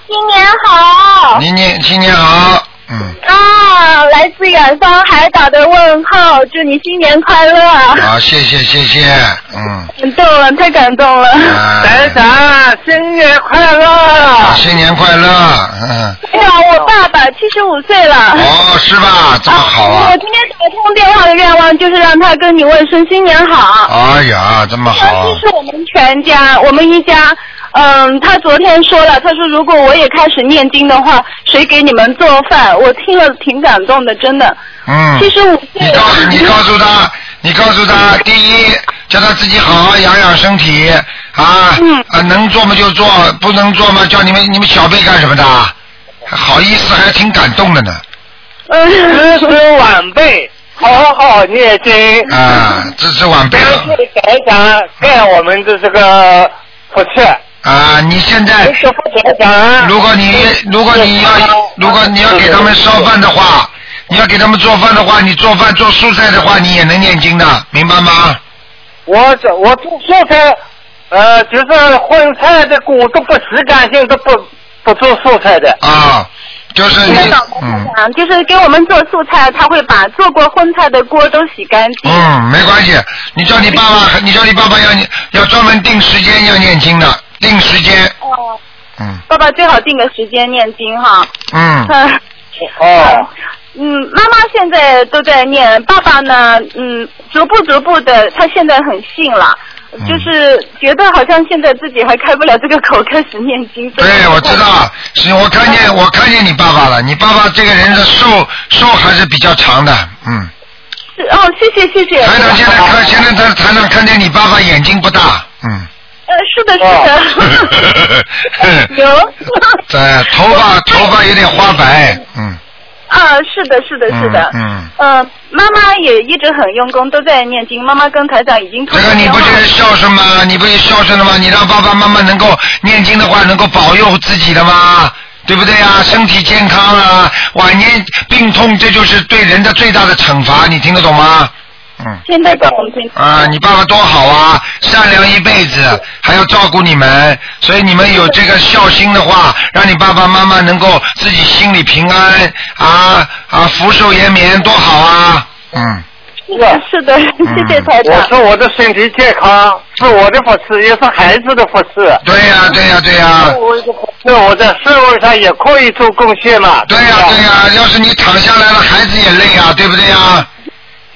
Speaker 3: 新年好！
Speaker 1: 你你新年好，嗯，
Speaker 3: 啊，来自远方海岛的问候，祝你新年快乐！
Speaker 1: 好，啊谢谢谢谢，嗯，
Speaker 3: 感动了，太感动了！
Speaker 1: 哎，
Speaker 5: 长，新年快乐！
Speaker 3: 啊
Speaker 1: 新年快乐，嗯，
Speaker 3: 哎呀，我爸爸七十五岁了。
Speaker 1: 哦，是吧？这么好啊
Speaker 3: 我，今天打通电话的愿望就是让他跟你问声新年好。
Speaker 1: 哎呀，这么
Speaker 3: 他
Speaker 1: 好，啊
Speaker 3: 就是我们全家，我们一家，嗯，他昨天说了，他说如果我也开始念经的话，谁给你们做饭？我听了挺感动的，真的。
Speaker 1: 嗯，
Speaker 3: 七十五
Speaker 1: 你
Speaker 3: 岁
Speaker 1: 告诉
Speaker 3: 了，
Speaker 1: 你告诉他，你告诉他，第一，叫他自己好好养养身体啊，
Speaker 3: 嗯
Speaker 1: 啊，能做嘛就做，不能做嘛叫你们你们小辈干什么的啊？好意思，还挺感动的呢。
Speaker 5: 支持晚辈，好好念经。
Speaker 1: 啊，支持晚辈
Speaker 5: 感谢台长盖我们的这个福气，
Speaker 1: 啊！你现在
Speaker 5: 谢谢副台长。
Speaker 1: 如果你如果你要如果你要给他们烧饭的话，你要给他们做饭的话，你做饭做蔬菜的话，你也能念经的，明白吗？
Speaker 5: 我这我做素菜，呃，就是荤菜的我都不洗干净，都不不做素菜的。
Speaker 1: 啊，就是你
Speaker 3: 老公
Speaker 1: 嗯
Speaker 3: 啊，就是给我们做素菜，他会把做过荤菜的锅都洗干净。
Speaker 1: 嗯，没关系，你叫你爸爸，你叫你爸爸要你要专门定时间要念经的，定时间，
Speaker 3: 哦，
Speaker 1: 嗯
Speaker 3: 爸爸最好定个时间念经哈。
Speaker 1: 嗯，
Speaker 3: 嗯
Speaker 5: 哦，
Speaker 3: 嗯，妈妈现在都在念，爸爸呢，嗯，逐步逐步的，他现在很信了。
Speaker 1: 嗯
Speaker 3: 就是觉得好像现在自己还开不了这个口， 开始念经。
Speaker 1: 对，我知。道，是我看见我看见你爸爸了，你爸爸这个人的寿寿还是比较长的，嗯。
Speaker 3: 是哦，谢谢谢谢。
Speaker 1: 台长现在看，现在台台长看见你爸爸眼睛不大，嗯，
Speaker 3: 呃，是的，
Speaker 1: 哦
Speaker 3: 是的。 有。
Speaker 1: 对，头发头发有点花白，嗯，
Speaker 3: 啊，是的，是的，是的。
Speaker 1: 嗯，
Speaker 3: 呃，妈妈也一直很用功，都在念经。妈妈跟台长已经
Speaker 1: 这
Speaker 3: 通
Speaker 1: 个
Speaker 3: 了
Speaker 1: 你
Speaker 3: 电
Speaker 1: 不
Speaker 3: 话。
Speaker 1: 就是孝顺吗？你不是孝顺了吗？你让爸爸妈妈能够念经的话，能够保佑自己的吗？对不对啊？身体健康啊，晚年病痛，这就是对人的最大的惩罚，你听得懂吗？嗯。
Speaker 6: 现在不同天
Speaker 1: 啊，你爸爸多好啊，善良一辈子，还要照顾你们，所以你们有这个孝心的话，让你爸爸妈妈能够自己心里平安啊啊，福寿延绵，多好啊！嗯，
Speaker 6: 是的，是的，谢谢台
Speaker 7: 我
Speaker 6: 长
Speaker 7: 是。我的身体健康是我的福气，也是孩子的福气。
Speaker 1: 对呀、对呀、对呀、
Speaker 7: 那我在社会上也可以做贡献嘛。
Speaker 1: 对呀、对呀、要是你躺下来了，孩子也累啊，对不对呀、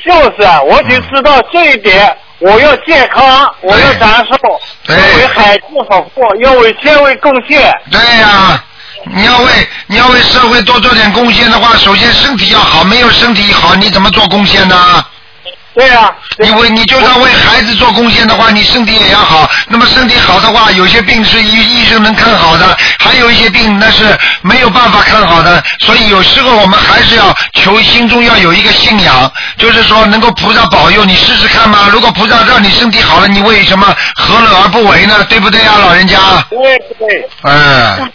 Speaker 7: 就是啊，我就知道这一点。我要健康，我要长寿，要
Speaker 1: 对
Speaker 7: 为孩子好过，要为社会贡献。
Speaker 1: 对呀、你要为你要为社会多做点贡献的话，首先身体要好，没有身体好，你怎么做贡献呢？
Speaker 7: 对呀、对
Speaker 1: 你为你就算为孩子做贡献的话，你身体也要好。那么身体好的话，有些病是医医生能看好的，还有一些病那是没有办法看好的。所以有时候我们还是要求心中要有一个信仰，就是说能够菩萨保佑你试试看嘛。如果菩萨让你身体好了，你为什么何乐而不为呢？对不对啊，老人家？
Speaker 7: 对对，
Speaker 1: 嗯，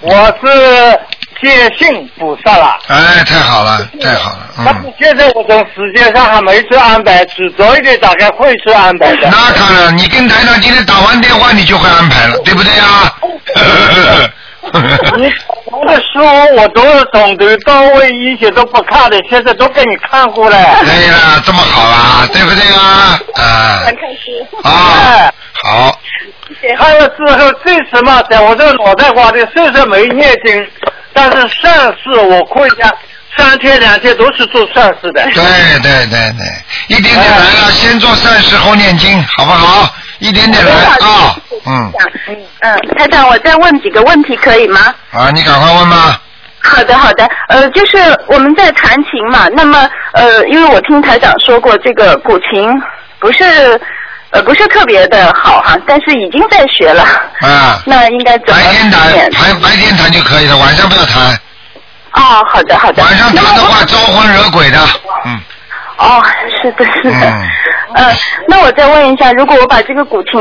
Speaker 7: 我是坚信菩萨了。
Speaker 1: 哎，太好了，太好了，
Speaker 7: 但是
Speaker 1: 嗯。
Speaker 7: 现在我从时间上还没去安排，只早一点大概会去安排的。
Speaker 1: 那当然，你跟台长今天打完电话，你就会安排了，对不对啊？
Speaker 7: 你读的书我都是懂得到位，一些都不看的，现在都给你看过了。
Speaker 1: 对了，哎这么好啊，对不对啊？啊，很开心啊
Speaker 7: 哎，
Speaker 1: 好，
Speaker 7: 看了之后，最起码在我这个脑袋瓜里虽然没念经，但是善事我可以讲，三天两天都是做善事的。
Speaker 1: 对对对对，一点点来了，先做善事后念经，好不好？一点点来啊，嗯，
Speaker 3: 嗯，台长，我再问几个问题可以吗？
Speaker 1: 啊，你赶快问吧。
Speaker 3: 好的，好的，呃，就是我们在弹琴嘛，那么呃，因为我听台长说过，这个古琴不是呃不是特别的好哈、但是已经在学了，
Speaker 1: 啊，
Speaker 3: 那应该怎么
Speaker 1: 白天
Speaker 3: 练
Speaker 1: 谈，？白白天谈就可以了，晚上不要谈。
Speaker 3: 哦，好的，好的。
Speaker 1: 晚上
Speaker 3: 那
Speaker 1: 谈的
Speaker 3: 我
Speaker 1: 话，招魂惹鬼的。嗯，
Speaker 3: 哦，是的，是的。
Speaker 1: 嗯
Speaker 3: 呃，那我再问一下，如果我把这个古琴，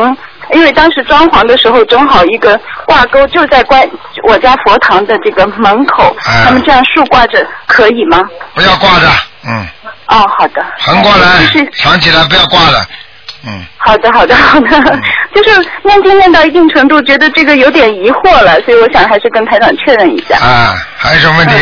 Speaker 3: 因为当时装潢的时候正好一个挂钩就在关我家佛堂的这个门口，
Speaker 1: 哎
Speaker 3: 他们这样竖挂着可以吗？
Speaker 1: 不要挂着，嗯，
Speaker 3: 哦，好的。
Speaker 1: 横过来
Speaker 3: 就是，
Speaker 1: 藏起来，不要挂了。嗯，
Speaker 3: 好的，好的，好的， 就是念经念到一定程度，觉得这个有点疑惑了，所以我想还是跟台长确认一下。
Speaker 1: 啊，还有什么问题？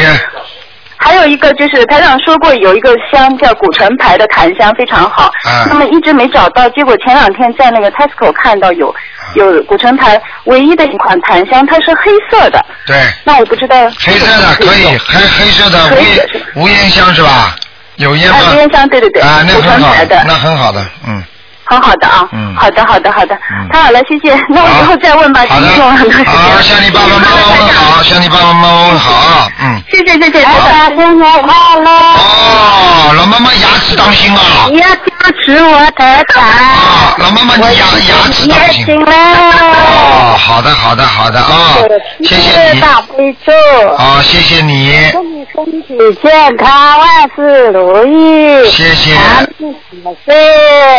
Speaker 3: 还有一个就是台长说过有一个香叫古城牌的檀香非常好，
Speaker 1: 啊
Speaker 3: 那么一直没找到，结果前两天在那个 Tesco 看到有
Speaker 1: 啊
Speaker 3: 有古城牌唯一的一款檀香，它是黑色的，
Speaker 1: 对。
Speaker 3: 那我不知道
Speaker 1: 黑色的可以，黑黑色的
Speaker 3: 可
Speaker 1: 无
Speaker 3: 以
Speaker 1: 烟无烟香是吧？有烟吗
Speaker 3: 啊，？烟香，对对对，
Speaker 1: 啊，那
Speaker 3: 古
Speaker 1: 很
Speaker 3: 城
Speaker 1: 好
Speaker 3: 牌，的，
Speaker 1: 那很好的，嗯，
Speaker 3: 很好的啊，
Speaker 1: 嗯
Speaker 3: 好的，好的，好的，
Speaker 1: 嗯
Speaker 3: 太好了，谢谢，那我以后再问吧，今
Speaker 1: 好的，
Speaker 3: 天用了很多时间。
Speaker 1: 好，向你爸爸妈妈问好，向你爸爸妈妈问好啊，嗯。
Speaker 3: 谢谢谢谢，大家新年快乐！
Speaker 1: 哦，老妈妈牙齿当心啊！
Speaker 3: 你要加持我台长，
Speaker 1: 啊，老妈妈你牙牙齿当心。
Speaker 3: 啊了，
Speaker 1: 哦，好的，好的，好的啊，谢谢
Speaker 3: 谢
Speaker 1: 你，
Speaker 3: 大悲咒，
Speaker 1: 啊，谢谢你，
Speaker 3: 祝你身体健康，万事如意，
Speaker 1: 谢谢，
Speaker 3: 常事喜事。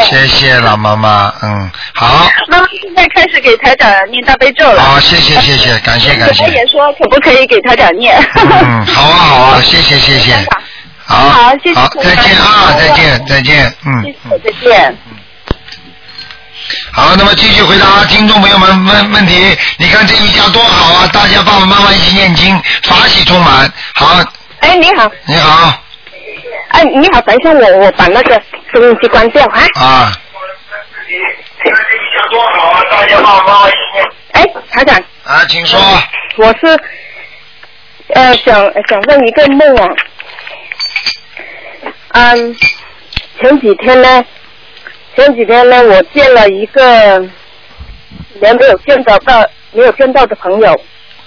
Speaker 1: 谢谢老妈妈，嗯，好，
Speaker 6: 妈妈现在开始给台长念大悲咒了。
Speaker 1: 好，谢谢，谢谢，感谢，感
Speaker 6: 我
Speaker 1: 谢
Speaker 6: 也。说可不可以给台长念？
Speaker 1: 嗯，好啊，好啊，谢谢，谢谢。好，
Speaker 6: 好谢谢
Speaker 1: 好，再见啊，
Speaker 6: 拜拜
Speaker 1: 再见，再见，嗯，
Speaker 6: 再见。
Speaker 1: 好，那么继续回答听众朋友们问问题。你看这一家多好啊，大家爸爸妈妈一起念经，法喜充满。好，
Speaker 6: 哎，你好，
Speaker 1: 你好
Speaker 6: 哎，你好，等一下我我把那个收音机关掉啊。
Speaker 1: 啊，
Speaker 6: 哎，台长，
Speaker 1: 啊，请说。
Speaker 6: 我是呃想想问一个梦啊，嗯，前几天呢，前几天呢，我见了一个年没有见到到没有见到的朋友，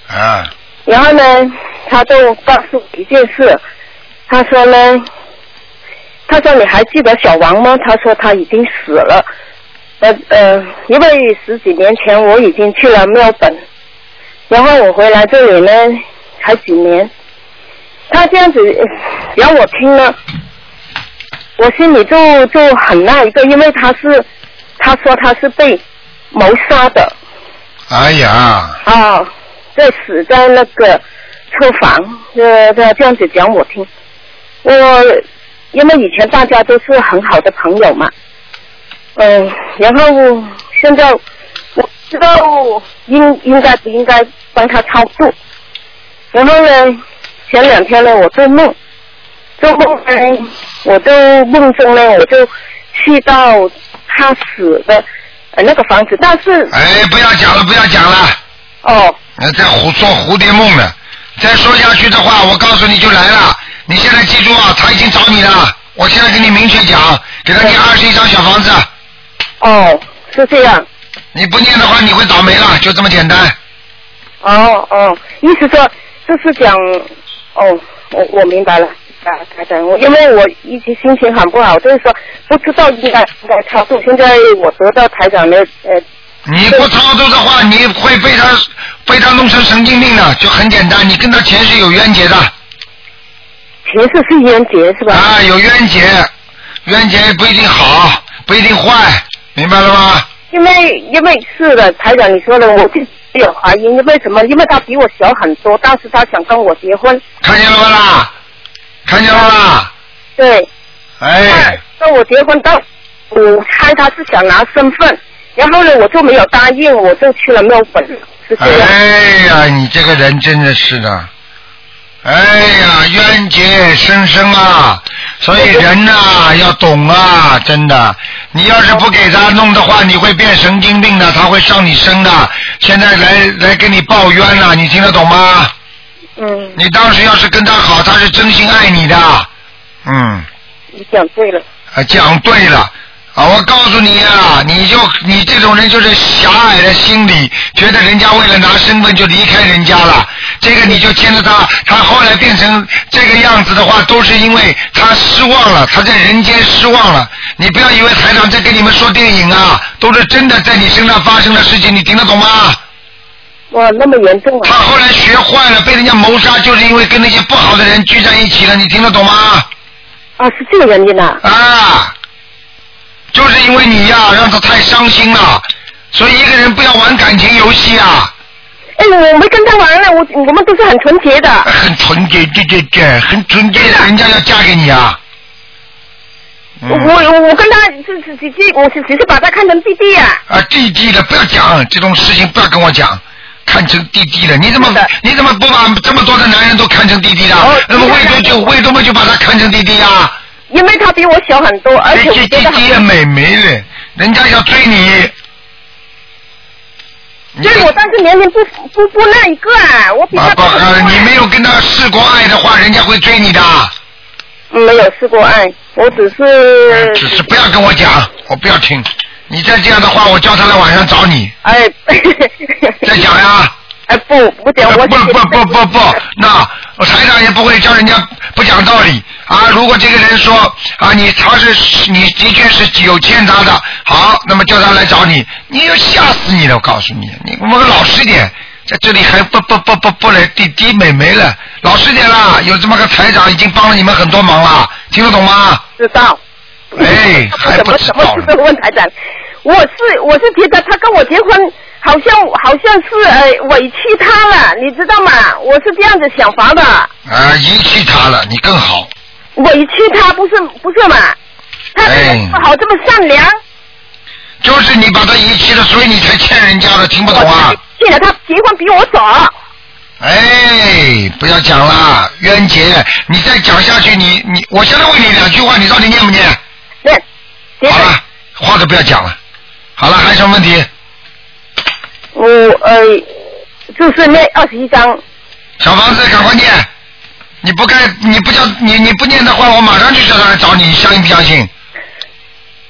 Speaker 1: 啊，
Speaker 6: 然后呢，他就告诉我一件事，他说呢，他说你还记得小王吗？他说他已经死了，呃呃，因为十几年前我已经去了庙本，然后我回来这里呢才几年，他这样子呃讲我听了，我心里就就很那一个，因为他是他说他是被谋杀的，
Speaker 1: 哎呀，
Speaker 3: 哦
Speaker 6: 啊，在死在那个车房，呃，他这样子讲我听，我
Speaker 3: 因为以前大家都是很好的朋友嘛。嗯，然后现在我不知道应应该不应该帮他超度。然后呢，前两天呢，我做梦，做梦呢，我就梦中呢，我就去到他死的呃那个房子，但是
Speaker 1: 哎，不要讲了，不要讲了，
Speaker 3: 哦，
Speaker 1: 呃在胡做蝴蝶梦呢。再说下去的话，我告诉你就来了。你现在记住啊，他已经找你了。我现在跟你明确讲，给他念二十一张小房子，
Speaker 3: 哦，是这样。
Speaker 1: 你不念的话你会倒霉了，就这么简单。
Speaker 3: 哦哦，意思说就是讲，哦，我我明白了，啊，台长，我因为我一直心情很不好，就是说不知道应该应该操作。现在我得到台长的呃，
Speaker 1: 你不操作的话，你会被他被他弄成神经病的，就很简单。你跟他前世有冤结的
Speaker 3: 前世是冤结是吧？
Speaker 1: 啊，有冤结，冤结不一定好，不一定坏，明白了吗？
Speaker 3: 因为因为是的，台长你说的，我就有怀疑，因为什么？因为他比我小很多，但是他想跟我结婚，
Speaker 1: 看见了吧啦？看见了吧？
Speaker 3: 对，
Speaker 1: 哎，
Speaker 3: 那我结婚到，我猜他是想拿身份，然后呢，我就没有答应，我就去了庙本，是这样。
Speaker 1: 哎呀，你这个人真的是的，哎呀，冤结深深啊！所以人呐、要懂啊，真的。你要是不给他弄的话，你会变神经病的，他会上你身的。现在来来跟你抱冤了、你听得懂吗？
Speaker 3: 嗯，
Speaker 1: 你当时要是跟他好，他是真心爱你的，嗯。
Speaker 3: 你讲对了。
Speaker 1: 啊，讲对了啊！我告诉你啊，你就你这种人就是狭隘的心理，觉得人家为了拿身份就离开人家了。这个你就牵着他，他后来变成这个样子的话，都是因为他失望了，他在人间失望了。你不要以为台长在跟你们说电影啊，都是真的在你身上发生的事情，你听得懂吗？
Speaker 3: 哇，那么严重
Speaker 1: 他
Speaker 3: 啊！
Speaker 1: 后来学坏了，被人家谋杀，就是因为跟那些不好的人聚在一起了，你听得懂吗？
Speaker 3: 啊，是这个原因啊！
Speaker 1: 啊，就是因为你呀、让他太伤心了，所以一个人不要玩感情游戏啊，
Speaker 3: 哎，我没跟他玩了，我我们都是很纯洁的。
Speaker 1: 很纯洁，对对对，很纯洁的，人家要嫁给你啊。嗯
Speaker 3: 我我我跟他是是只是我是只是把他看成弟弟啊。
Speaker 1: 啊，弟弟的，不要讲这种事情，不要跟我讲。看成弟弟了，你怎么
Speaker 3: 是的
Speaker 1: 你怎么不把这么多的男人都看成弟弟的
Speaker 3: 哦？
Speaker 1: 那么为
Speaker 3: 是的
Speaker 1: 什么就为什么就把他看成弟弟呀、
Speaker 3: 因为他比我小很多，而且
Speaker 1: 这
Speaker 3: 我
Speaker 1: 这
Speaker 3: 觉得
Speaker 1: 这
Speaker 3: 很
Speaker 1: 也美眉了，人家要追你。你
Speaker 3: 对我，但是年龄不不不那一个啊，我比
Speaker 1: 啊
Speaker 3: 他
Speaker 1: 不
Speaker 3: 大很多啊
Speaker 1: 呃，你没有跟他试过爱的话，人家会追你的。
Speaker 3: 嗯没有试过爱，我只是
Speaker 1: 呃哎只是不要跟我讲，我不要听。你再这样的话，我叫他来晚上找你。
Speaker 3: 哎，
Speaker 1: 再讲呀。
Speaker 3: 哎不不讲，
Speaker 1: 呃
Speaker 3: 我
Speaker 1: 不
Speaker 3: 只是
Speaker 1: 不不不不，那我台长也不会教人家不讲道理啊。如果这个人说啊，你他是你的确是有欠他的，好，那么叫他来找你，你要吓死你了，我告诉你，你我们老实点，在这里还不不不不不来弟弟妹妹了，老实点啦，有这么个台长已经帮了你们很多忙了，听得懂吗？
Speaker 3: 知道。
Speaker 1: 哎，还
Speaker 3: 什
Speaker 1: 不
Speaker 3: 么
Speaker 1: 知
Speaker 3: 什
Speaker 1: 道
Speaker 3: 么
Speaker 1: 呢
Speaker 3: 事都问台长，我是我是觉得他跟我结婚，好像好像是呃委屈他了，你知道吗？我是这样子想法的，
Speaker 1: 啊，遗弃他了，你更好。
Speaker 3: 委屈他不是不是嘛？他
Speaker 1: 哎
Speaker 3: 这么好，这么善良，
Speaker 1: 就是你把他遗弃了，所以你才欠人家的，听不懂啊？
Speaker 3: 现在他结婚比我早，
Speaker 1: 哎，不要讲啦，冤结！你再讲下去，你你，我现在问你两句话，你到底念不念？
Speaker 3: 那结
Speaker 1: 好
Speaker 3: 婚
Speaker 1: 了，话都不要讲了。好了，还有什么问题？
Speaker 3: 我呃就是那二十一张，
Speaker 1: 小房子，赶快念！你不该，你不叫你你不念的话，我马上就叫他来找你，你相信不相信？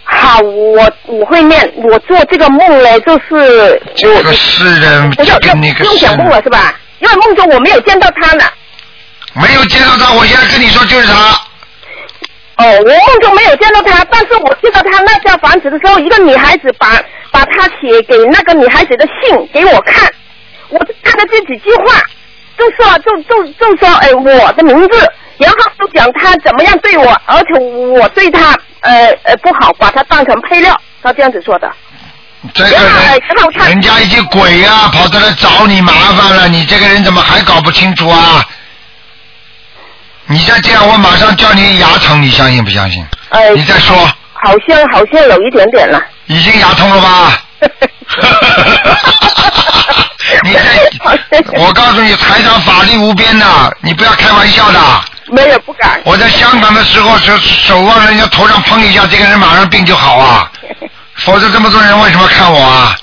Speaker 3: 好，我我会念，我做这个梦呢，就是
Speaker 1: 这
Speaker 3: 我
Speaker 1: 个世人
Speaker 3: 不
Speaker 1: 就跟那个
Speaker 3: 用
Speaker 1: 世
Speaker 3: 讲梦了
Speaker 1: 人，
Speaker 3: 是吧？因为梦中我没有见到他呢。
Speaker 1: 没有见到他，我现在跟你说就是他。
Speaker 3: 哦，我梦中没有见到他，但是我见到他那家房子的时候，一个女孩子把把他写给那个女孩子的信给我看，我就看了这几句话，就说就就就说哎我的名字，然后就讲他怎么样对我，而且我对他呃呃不好，把他当成配料，他这样子说的。
Speaker 1: 这个
Speaker 3: 哎陈老
Speaker 1: 人，
Speaker 3: 太
Speaker 1: 人家已经鬼呀、跑到来找你麻烦了，你这个人怎么还搞不清楚啊？啊你再这样，我马上叫你牙疼，你相信不相信？
Speaker 8: 哎，
Speaker 1: 你再说，
Speaker 8: 好像好像有一点点了。
Speaker 1: 已经牙疼了吧？你这，我告诉你，台长法力无边的，你不要开玩笑的。
Speaker 8: 没有不敢。
Speaker 1: 我在香港的时候，手手往人家头上碰一下，这个人马上病就好啊。否则这么多人为什么看我啊？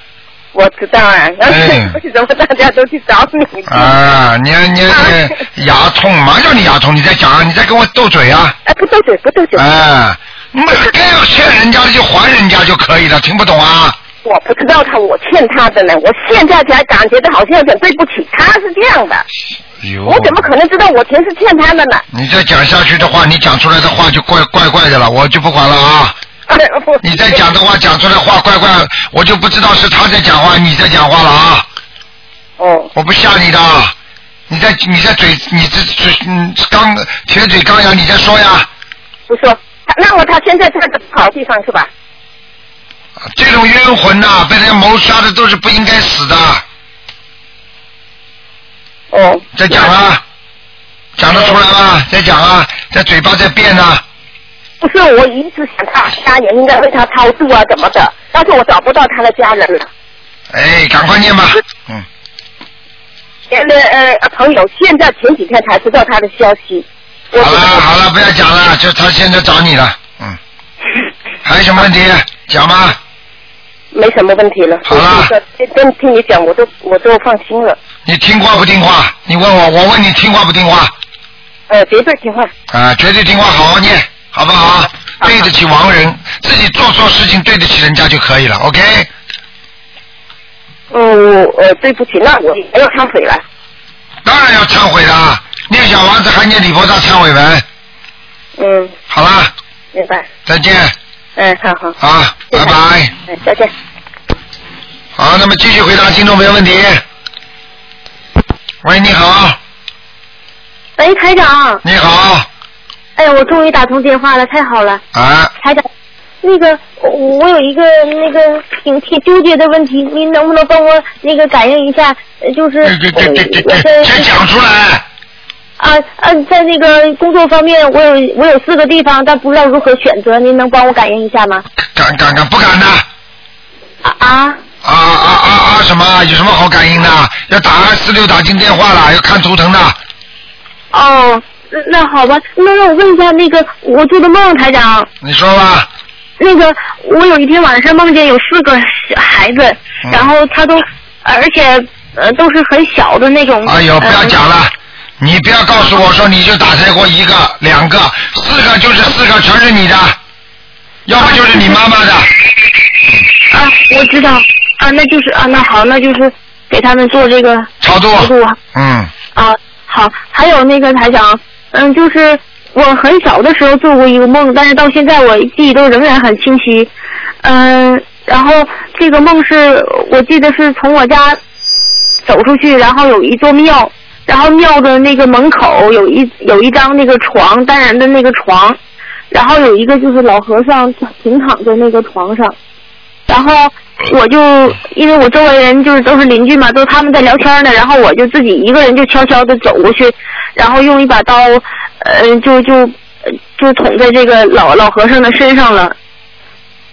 Speaker 8: 我知道啊，
Speaker 1: 哎
Speaker 8: 为什么大家都去找你？
Speaker 1: 啊，你你你牙痛，马上你牙痛，你再讲啊，你再跟我斗嘴啊，
Speaker 8: 哎，不斗嘴，不斗嘴，
Speaker 1: 哎，你们该要欠人家的就还人家就可以了，听不懂啊？
Speaker 8: 我不知道他，我欠他的呢。我现在才感觉到好像有点对不起，他是这样的，
Speaker 1: 哟
Speaker 8: 我怎么可能知道我钱是欠他的呢？
Speaker 1: 你再讲下去的话，你讲出来的话就怪怪怪的了，我就不管了啊！
Speaker 8: 哎我
Speaker 1: 你再讲的话，讲出来话怪怪，我就不知道是他在讲话，你在讲话了啊！
Speaker 8: 哦，
Speaker 1: 我不吓你的啊，你在你在嘴，你这嘴，嗯，刚铁嘴钢牙，你在说呀？
Speaker 8: 不说。他那么他现在在个不好地方是吧？
Speaker 1: 这种冤魂呐、被人家谋杀的都是不应该死的。
Speaker 8: 哦，
Speaker 1: 再讲啊，讲得出来吗？再讲啊，在嘴巴在变啊，
Speaker 8: 不是，我一直想他家人应该为他超度啊，怎么的？但是我找不到他的家人了。
Speaker 1: 哎，赶快念吧，嗯，
Speaker 8: 呃呃，呃朋友现在前几天才知道他的消息。我
Speaker 1: 好了 好了，不要讲了，就他现在找你了，嗯，还有什么问题？讲吧，
Speaker 8: 没什么问题了。
Speaker 1: 好了
Speaker 8: 真真听你讲，我都我都放心了。
Speaker 1: 你听话不听话？你问我，我问你听话不听话？
Speaker 8: 呃，绝对听话。
Speaker 1: 啊，绝对听话，好好念，好不好？对得起亡人，自己做错事情对得起人家就可以了，OK？
Speaker 8: 嗯，我呃，对不起，那我还要忏悔了。
Speaker 1: 当然要忏悔啦，念小王子还念李菩萨忏悔文，
Speaker 8: 嗯，
Speaker 1: 好啦，
Speaker 8: 明白。
Speaker 1: 再见
Speaker 8: 嗯，好好，
Speaker 1: 啊，拜拜。
Speaker 8: 嗯，再见。
Speaker 1: 好，那么继续回答听众朋友问题。喂，你好，
Speaker 5: 喂，台长，
Speaker 1: 你好，
Speaker 5: 哎，我终于打通电话了，太好了，
Speaker 1: 啊，
Speaker 5: 台长，那个我我有一个那个挺挺纠结的问题，您能不能帮我那个感应一下？呃就是
Speaker 8: 嗯
Speaker 5: 呃
Speaker 1: 这这这这这
Speaker 5: 我
Speaker 1: 这
Speaker 5: 在
Speaker 1: 先讲出来，
Speaker 5: 啊啊，在那个工作方面，我有我有四个地方，但不知道如何选择，您能帮我感应一下吗？
Speaker 1: 敢敢敢不敢的？
Speaker 5: 啊啊
Speaker 1: 啊啊啊啊！什么？有什么好感应的？要打二四六打进电话了，要看图腾的。
Speaker 5: 哦，那那好吧，那让我问一下那个我做的梦，台长，
Speaker 1: 你说吧，
Speaker 5: 那个，我有一天晚上梦见有四个小孩子，
Speaker 1: 嗯
Speaker 5: 然后他都，而且呃都是很小的那种。
Speaker 1: 哎呦，不要
Speaker 5: 呃
Speaker 1: 讲了，你不要告诉我说你就打胎过一个、两个、四个，就是四个，全是你的，要不就是你妈妈的。
Speaker 5: 啊，我知道啊，那就是啊，那好，那就是给他们做这个
Speaker 1: 超度，
Speaker 5: 服务
Speaker 1: 嗯，
Speaker 5: 啊。好，还有那个台长，嗯，就是我很小的时候做过一个梦，但是到现在我记忆都仍然很清晰。嗯，然后这个梦是我记得是从我家走出去，然后有一座庙，然后庙的那个门口有一有一张那个床，单人的那个床，然后有一个就是老和尚平躺在那个床上，然后我就因为我周围人就是都是邻居嘛，都他们在聊天呢，然后我就自己一个人就悄悄的走过去，然后用一把刀，呃，就就呃就捅在这个老老和尚的身上了，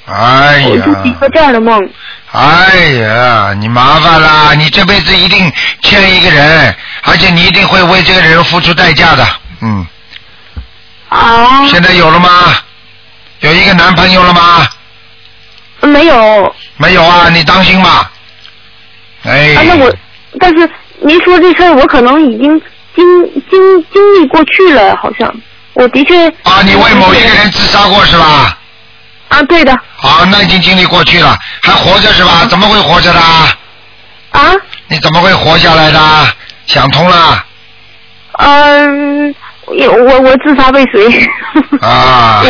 Speaker 1: 哎
Speaker 5: 我
Speaker 1: 呀
Speaker 5: 就，一个这样的梦。
Speaker 1: 哎呀，你麻烦啦！你这辈子一定欠一个人，而且你一定会为这个人付出代价的。嗯，
Speaker 5: 啊，
Speaker 1: 现在有了吗？有一个男朋友了吗？
Speaker 5: 没
Speaker 1: 哎
Speaker 5: 有啊，
Speaker 1: 没有啊，你当心吧。哎，
Speaker 5: 啊那我，但是您说这事儿，我可能已经经经经历过去了，好像我的确嗯
Speaker 1: 啊，你为某一个人自杀过是吧？
Speaker 5: 啊，对的
Speaker 1: 啊，那已经经历过去了，还活着是吧？怎么会活着的？
Speaker 5: 啊，
Speaker 1: 你怎么会活下来的？想通了
Speaker 5: 嗯，有我我自杀未遂。！
Speaker 1: 啊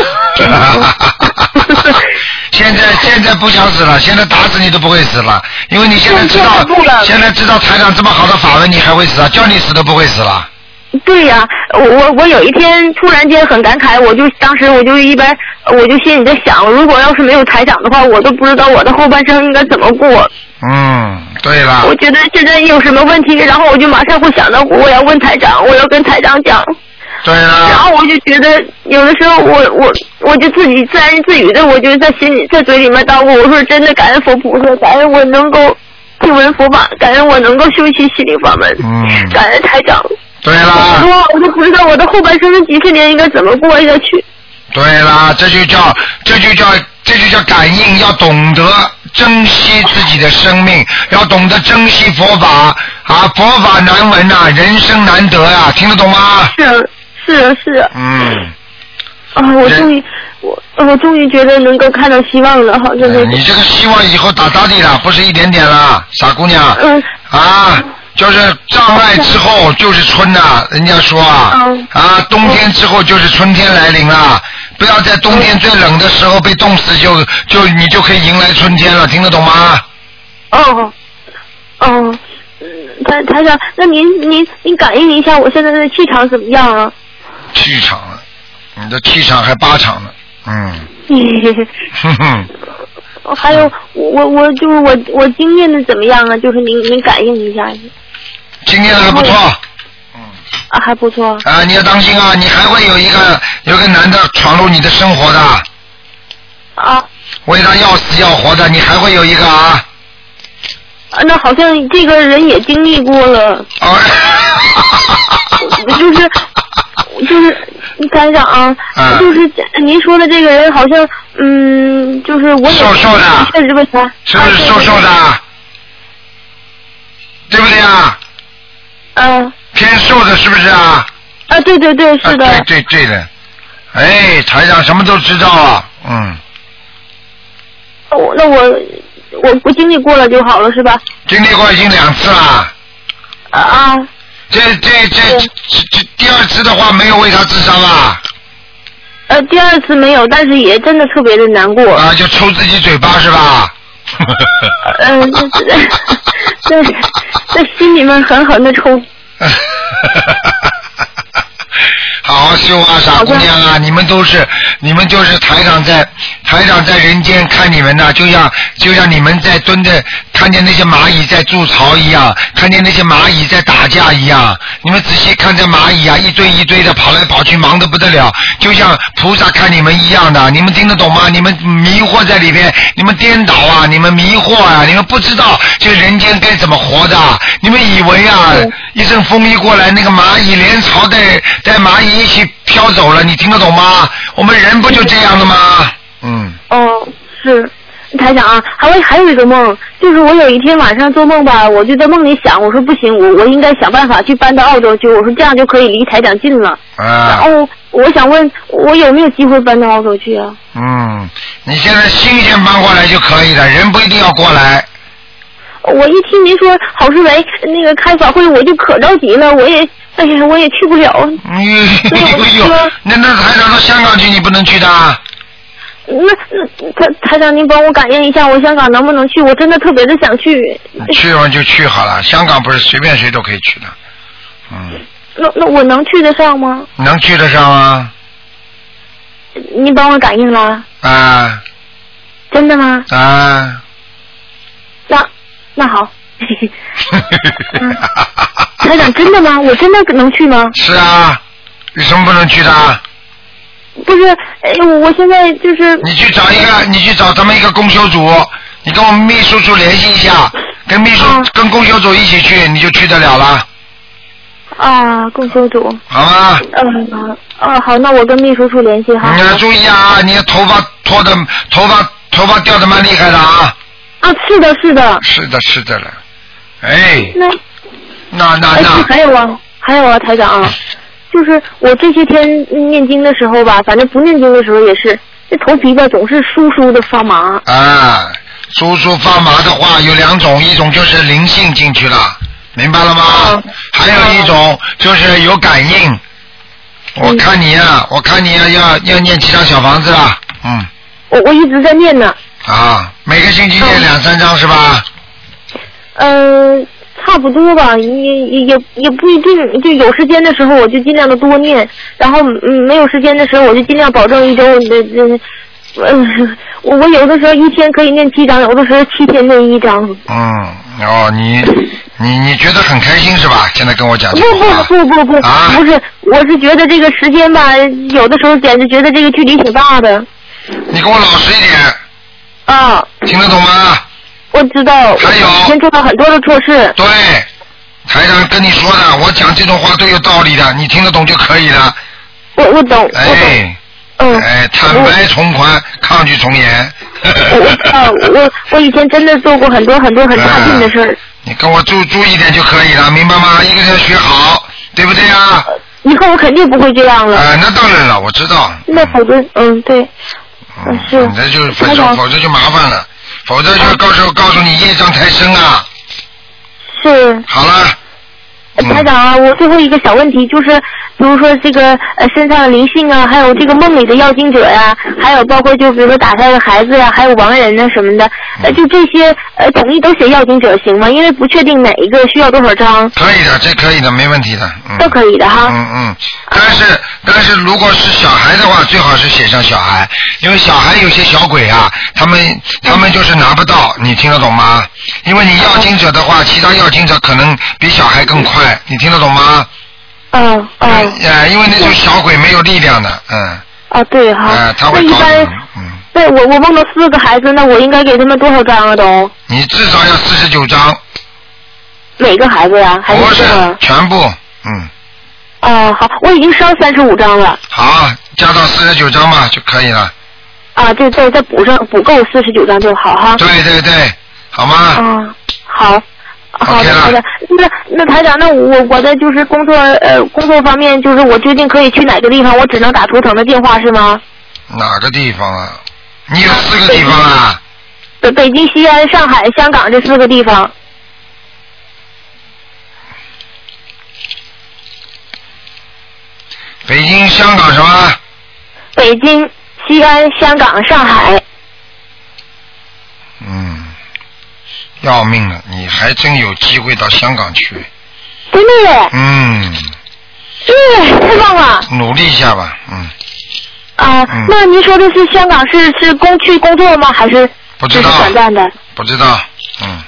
Speaker 1: 现在现在不想死了，现在打死你都不会死了，因为你现在知道
Speaker 5: 现在不了
Speaker 1: 现在知道台长这么好的法门，你还会死啊？叫你死都不会死了。
Speaker 5: 对呀、我我我有一天突然间很感慨，我就当时我就一边我就心里在想，如果要是没有台长的话，我都不知道我的后半生应该怎么过。
Speaker 1: 嗯，对了
Speaker 5: 我，觉得现在有什么问题，然后我就马上会想到我要问台长，我要跟台长讲。
Speaker 1: 对
Speaker 5: 然
Speaker 1: 了，
Speaker 5: 后我就觉得有的时候我我我就自己自言自语的，我就在心里在嘴里面叨咕，我说真的感恩佛菩萨，感恩我能够听闻佛法，感恩我能够修习心灵法门，
Speaker 1: 嗯啊
Speaker 5: 感恩台长。
Speaker 1: 对
Speaker 5: 我
Speaker 1: 啦，
Speaker 5: 说我都不知道我的后半生的几十年应该怎么过下去。
Speaker 1: 对啦，这就叫这就叫这就叫感应，要懂得珍惜自己的生命，要懂得珍惜佛法啊，佛法难闻呐、人生难得呀、听得懂吗？
Speaker 5: 是啊，是啊，是啊。
Speaker 1: 嗯，
Speaker 5: 啊，我
Speaker 1: 人
Speaker 5: 终于，我我终于觉得能够看到希望了，好像是。
Speaker 1: 嗯你这个希望以后打打底了，不是一点点啦，傻姑娘。
Speaker 5: 嗯，
Speaker 1: 啊，就是障碍之后就是春呐、人家说啊
Speaker 5: 嗯，
Speaker 1: 啊，冬天之后就是春天来临了，不要在冬天最冷的时候被冻死就，就你就可以迎来春天了，听得懂吗？
Speaker 5: 哦，哦，嗯台台长，那您您您感应一下我现在的气场怎么样啊？
Speaker 1: 气场了，你的气场还八场呢，嗯， 哼哼，
Speaker 5: 还
Speaker 1: 嗯
Speaker 5: 有我我我就是我我经验的怎么样啊？就是您您感应一下
Speaker 1: 今天还不错。
Speaker 5: 哦啊，还不错。
Speaker 1: 啊，你要当心啊！你还会有一个有一个男的闯入你的生活的，
Speaker 5: 啊
Speaker 1: 为他要死要活的，你还会有一个啊！
Speaker 5: 啊，那好像这个人也经历过了，
Speaker 1: 哦，
Speaker 5: 就是就是台长啊，
Speaker 1: 嗯
Speaker 5: 就是您说的这个人好像嗯，就是我也
Speaker 1: 瘦瘦的
Speaker 5: 确实不行，
Speaker 1: 是不是
Speaker 5: 啊
Speaker 1: 瘦瘦？的？对不对啊？
Speaker 5: 对对对嗯
Speaker 1: 偏瘦的，是不是啊？
Speaker 5: 啊，对对对，是的。
Speaker 1: 啊对对对的。哎，台长什么都知道啊，嗯，
Speaker 5: 我哦那我我我经历过了就好了是吧？
Speaker 1: 经历过已经两次了，
Speaker 5: 啊啊
Speaker 1: 这这这这这第二次的话没有为他自杀吧？
Speaker 5: 呃，第二次没有，但是也真的特别的难过。
Speaker 1: 啊，就抽自己嘴巴是吧？
Speaker 5: 嗯、呃，就是 在在心里面狠狠的抽。
Speaker 1: 好好修啊，傻姑娘啊！你们都是，你们就是台长在台长在人间看你们呐、就像就像你们在蹲着看见那些蚂蚁在筑巢一样，看见那些蚂蚁在打架一样。你们仔细看这蚂蚁啊，一堆一堆的跑来跑去，忙得不得了，就像菩萨看你们一样的。你们听得懂吗？你们迷惑在里边，你们颠倒啊，你们迷惑啊，你们不知道这人间该怎么活的。你们以为啊，一阵风一过来，那个蚂蚁连巢带带蚂蚁一起飘走了，你听得懂吗？我们人不就这样的吗？嗯，
Speaker 5: 哦，是。台长啊，还有还有一个梦，就是我有一天晚上做梦吧，我就在梦里想，我说不行，我我应该想办法去搬到澳洲去，我说这样就可以离台长近了。然
Speaker 1: 啊，
Speaker 5: 后我想问，我有没有机会搬到澳洲去啊？
Speaker 1: 嗯，你现在新鲜搬过来就可以了，人不一定要过来。
Speaker 5: 我一听您说郝世维那个开法会，我就可着急了，我也，哎呀，我也去不了。
Speaker 1: 哎
Speaker 5: 对我就
Speaker 1: 呦
Speaker 5: 说，
Speaker 1: 那那台长到香港去，你不能去的啊。
Speaker 5: 那那台台长，您帮我感应一下，我香港能不能去？我真的特别的想去。
Speaker 1: 你去完就去好了，香港不是随便谁都可以去的，嗯，
Speaker 5: 那那我能去得上吗？
Speaker 1: 能去得上啊？
Speaker 5: 您帮我感应了，
Speaker 1: 啊
Speaker 5: 真的吗？
Speaker 1: 啊！
Speaker 5: 那 那好，台长，真的吗？我真的能去吗？
Speaker 1: 是啊，有什么不能去的啊？
Speaker 5: 不是，哎，我我现在就是
Speaker 1: 你去找一个，你去找咱们一个供修组，你跟我们秘书处联系一下，跟秘书、
Speaker 5: 嗯
Speaker 1: 跟供修组一起去，你就去得了了，
Speaker 5: 啊，供修组，
Speaker 1: 好吗？
Speaker 5: 嗯、啊，好，那我跟秘书处联系哈
Speaker 1: 你。要注意啊，你的头发脱的头发头发掉的蛮厉害的啊！
Speaker 5: 啊，是的，是的。
Speaker 1: 是的，是的了。哎，
Speaker 5: 那
Speaker 1: 那那
Speaker 5: 而且
Speaker 1: 那，
Speaker 5: 还有啊，还有啊，台长啊，就是我这些天念经的时候吧，反正不念经的时候也是，这头皮吧总是疏疏的发麻。
Speaker 1: 啊，叔叔发麻的话有两种，一种就是灵性进去了，明白了吗
Speaker 5: 哦？
Speaker 1: 还有一种就是有感应。我
Speaker 5: 嗯
Speaker 1: 看你呀、我看你呀、要要念几张小房子了，嗯，
Speaker 5: 我我一直在念呢，
Speaker 1: 啊，每个星期念
Speaker 5: 嗯
Speaker 1: 两三张是吧？
Speaker 5: 嗯、差不多吧，也也也也不一定，就有时间的时候我就尽量的多念，然后嗯没有时间的时候我就尽量保证一周的这嗯，我我有的时候一天可以念七章，有的时候七天念一章。
Speaker 1: 嗯，哦，你你你觉得很开心是吧？现在跟我讲这个话，
Speaker 5: 不不不不不、
Speaker 1: 啊
Speaker 5: 不是，我是觉得这个时间吧，有的时候简直觉得这个距离挺大的。
Speaker 1: 你给我老实一点，
Speaker 5: 啊，
Speaker 1: 听得懂吗？
Speaker 5: 我知道，
Speaker 1: 还有
Speaker 5: 我先做了很多的错事。
Speaker 1: 对，台长跟你说的，我讲这种话都有道理的，你听得懂就可以了。
Speaker 5: 我我懂，我懂，
Speaker 1: 哎
Speaker 5: 嗯。
Speaker 1: 哎，坦白从宽，抗拒从严。
Speaker 5: 我我知道，我我以前真的做过很多很多很差劲的事儿，
Speaker 1: 你跟我注注意点就可以了，明白吗？一个人要学好，对不对呀、啊？
Speaker 5: 以后我肯定不会这样了。
Speaker 1: 那当然了，我知道。
Speaker 5: 嗯那否则，嗯，对，
Speaker 1: 嗯，
Speaker 5: 是
Speaker 1: 否则就
Speaker 5: 台
Speaker 1: 分手，
Speaker 5: 长
Speaker 1: 否则就麻烦了，否则就告诉告诉你业障太深啊。
Speaker 5: 是。
Speaker 1: 好了，
Speaker 5: 呃
Speaker 1: 嗯
Speaker 5: 台长啊，我最后一个小问题就是，比如说这个呃身上的灵性啊，还有这个梦里的要经者呀、还有包括就比如说打胎的孩子呀、还有亡人呐什么的，呃，就这些呃统一都写要经者行吗？因为不确定哪一个需要多少张，
Speaker 1: 可以的，这可以的，没问题的，嗯。
Speaker 5: 都可以的哈。
Speaker 1: 嗯嗯，但是但是如果是小孩的话，最好是写上小孩，因为小孩有些小鬼啊，他们他们就是拿不到，你听得懂吗？因为你要经者的
Speaker 5: 嗯
Speaker 1: 话，其他要经者可能比小孩更快，你听得懂吗？
Speaker 5: 嗯嗯
Speaker 1: 呃，因为那种小鬼没有力量的，嗯，
Speaker 5: 啊，对哈。
Speaker 1: 呃，他
Speaker 5: 那
Speaker 1: 会
Speaker 5: 一
Speaker 1: 搞
Speaker 5: 般
Speaker 1: 你，嗯，
Speaker 5: 对我我梦到四个孩子，那我应该给他们多少张啊？都
Speaker 1: 你至少要四十九章，
Speaker 5: 每个孩子呀、还
Speaker 1: 不
Speaker 5: 是
Speaker 1: 是
Speaker 5: 这个？
Speaker 1: 全部，嗯，
Speaker 5: 哦，好，我已经烧三十五张了
Speaker 1: 好，加到四十九章吧就可以了，
Speaker 5: 啊，对，再再补上补够四十九张就好哈。
Speaker 1: 对对对，好吗？
Speaker 5: 啊，好。好
Speaker 1: OK
Speaker 5: 的，
Speaker 1: 了
Speaker 5: 好的。那那台长，那我我的就是工作呃工作方面，就是我究竟可以去哪个地方？我只能打图腾的电话是吗？
Speaker 1: 哪个地方啊？你有四个地方啊？
Speaker 5: 北北京、西安、上海、香港这四个地方。
Speaker 1: 北京、香港什么？
Speaker 5: 北京、西安、香港、上海。
Speaker 1: 嗯，要命了！你还真有机会到香港去。
Speaker 5: 真的耶！
Speaker 1: 嗯，
Speaker 5: 耶，太棒了！
Speaker 1: 努力一下吧。嗯，
Speaker 5: 啊、
Speaker 1: 嗯
Speaker 5: 那您说的是香港是是工去工作吗？还是
Speaker 1: 不
Speaker 5: 只
Speaker 1: 知
Speaker 5: 是
Speaker 1: 道，
Speaker 5: 短暂的？
Speaker 1: 不知道。嗯，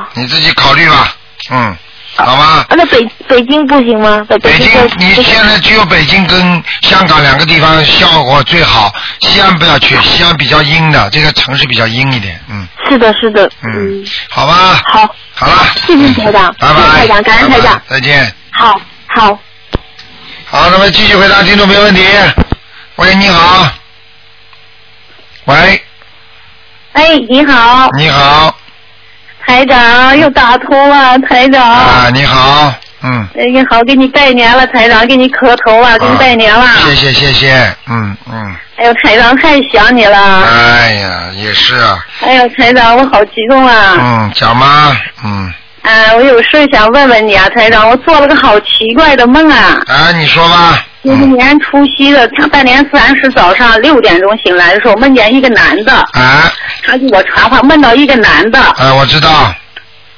Speaker 5: 啊、
Speaker 1: 你自己考虑吧。嗯，好吧。
Speaker 5: 啊，那北北京不行吗？北
Speaker 1: 北京
Speaker 5: 京，
Speaker 1: 你现在只有北京跟香港两个地方效果最好，西安不要去，西安比较阴的，这个城市比较阴一点。嗯
Speaker 5: 是的，是的，
Speaker 1: 嗯，好吧，
Speaker 5: 好，
Speaker 1: 好了，
Speaker 5: 谢谢台长
Speaker 1: 拜
Speaker 5: 谢谢
Speaker 1: 拜，
Speaker 5: 台长感恩
Speaker 1: 拜
Speaker 5: 台长
Speaker 1: 拜，再见。
Speaker 5: 好，好。
Speaker 1: 好，那么继续回答听众朋友问题。喂，你好。喂，
Speaker 3: 哎，你好，
Speaker 1: 你好。
Speaker 3: 台长又打通了，台长。
Speaker 1: 啊，你好。嗯。
Speaker 3: 哎，你好，给你拜年了，台长，给你磕头啊，给你拜年了。
Speaker 1: 啊谢谢谢谢，嗯嗯。
Speaker 3: 哎呦，台长太想你了。
Speaker 1: 哎呀，也是啊。
Speaker 3: 哎呦，台长，我好激动啊！
Speaker 1: 嗯，讲嘛，嗯，
Speaker 3: 啊，我有事儿想问问你啊，台长，我做了个好奇怪的梦啊。
Speaker 1: 啊，你说吧。
Speaker 3: 就是
Speaker 1: 嗯。
Speaker 3: 年除夕的大年三十早上六点钟醒来的时候，梦见一个男的，
Speaker 1: 啊，
Speaker 3: 他给我传话，梦到一个男的，
Speaker 1: 啊，我知道。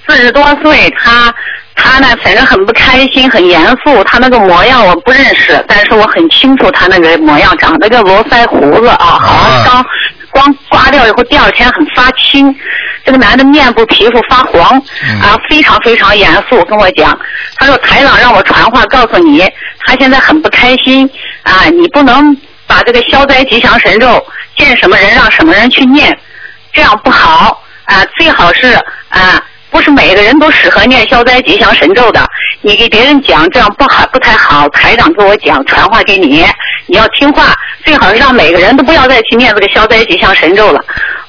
Speaker 3: 四十多岁，他他呢，反正很不开心，很严肃。他那个模样我不认识，但是我很清楚他那个模样，长了个络腮胡子啊，好像刚光刮掉以后，第二天很发青。这个男的面部皮肤发黄
Speaker 1: 嗯，
Speaker 3: 啊，非常非常严肃跟我讲，他说台长让我传话告诉你，他现在很不开心啊，你不能把这个消灾吉祥神咒见什么人让什么人去念，这样不好啊，最好是啊，不是每个人都适合念消灾吉祥神咒的。你给别人讲这样不好，不太好。台长给我讲，传话给你，你要听话，最好是让每个人都不要再去念这个消灾吉祥神咒了。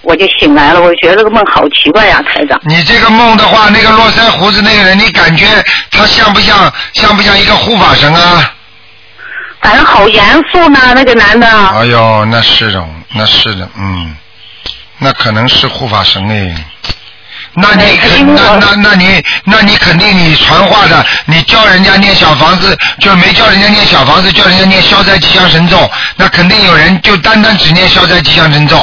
Speaker 3: 我就醒来了，我觉得这个梦好奇怪呀、啊台长。
Speaker 1: 你这个梦的话，那个络腮胡子那个人，你感觉他像不像像不像一个护法神啊？
Speaker 3: 反正好严肃呢，那个男的。
Speaker 1: 哎呦，那是的，那是的，嗯，那可能是护法神哎。那你
Speaker 3: 哎
Speaker 1: 肯
Speaker 3: 因为
Speaker 1: 那
Speaker 3: 我
Speaker 1: 那那你那你肯定你传话的，你叫人家念小房子，就没叫人家念小房子，叫人家念消灾吉祥神咒，那肯定有人就单单只念消灾吉祥神咒，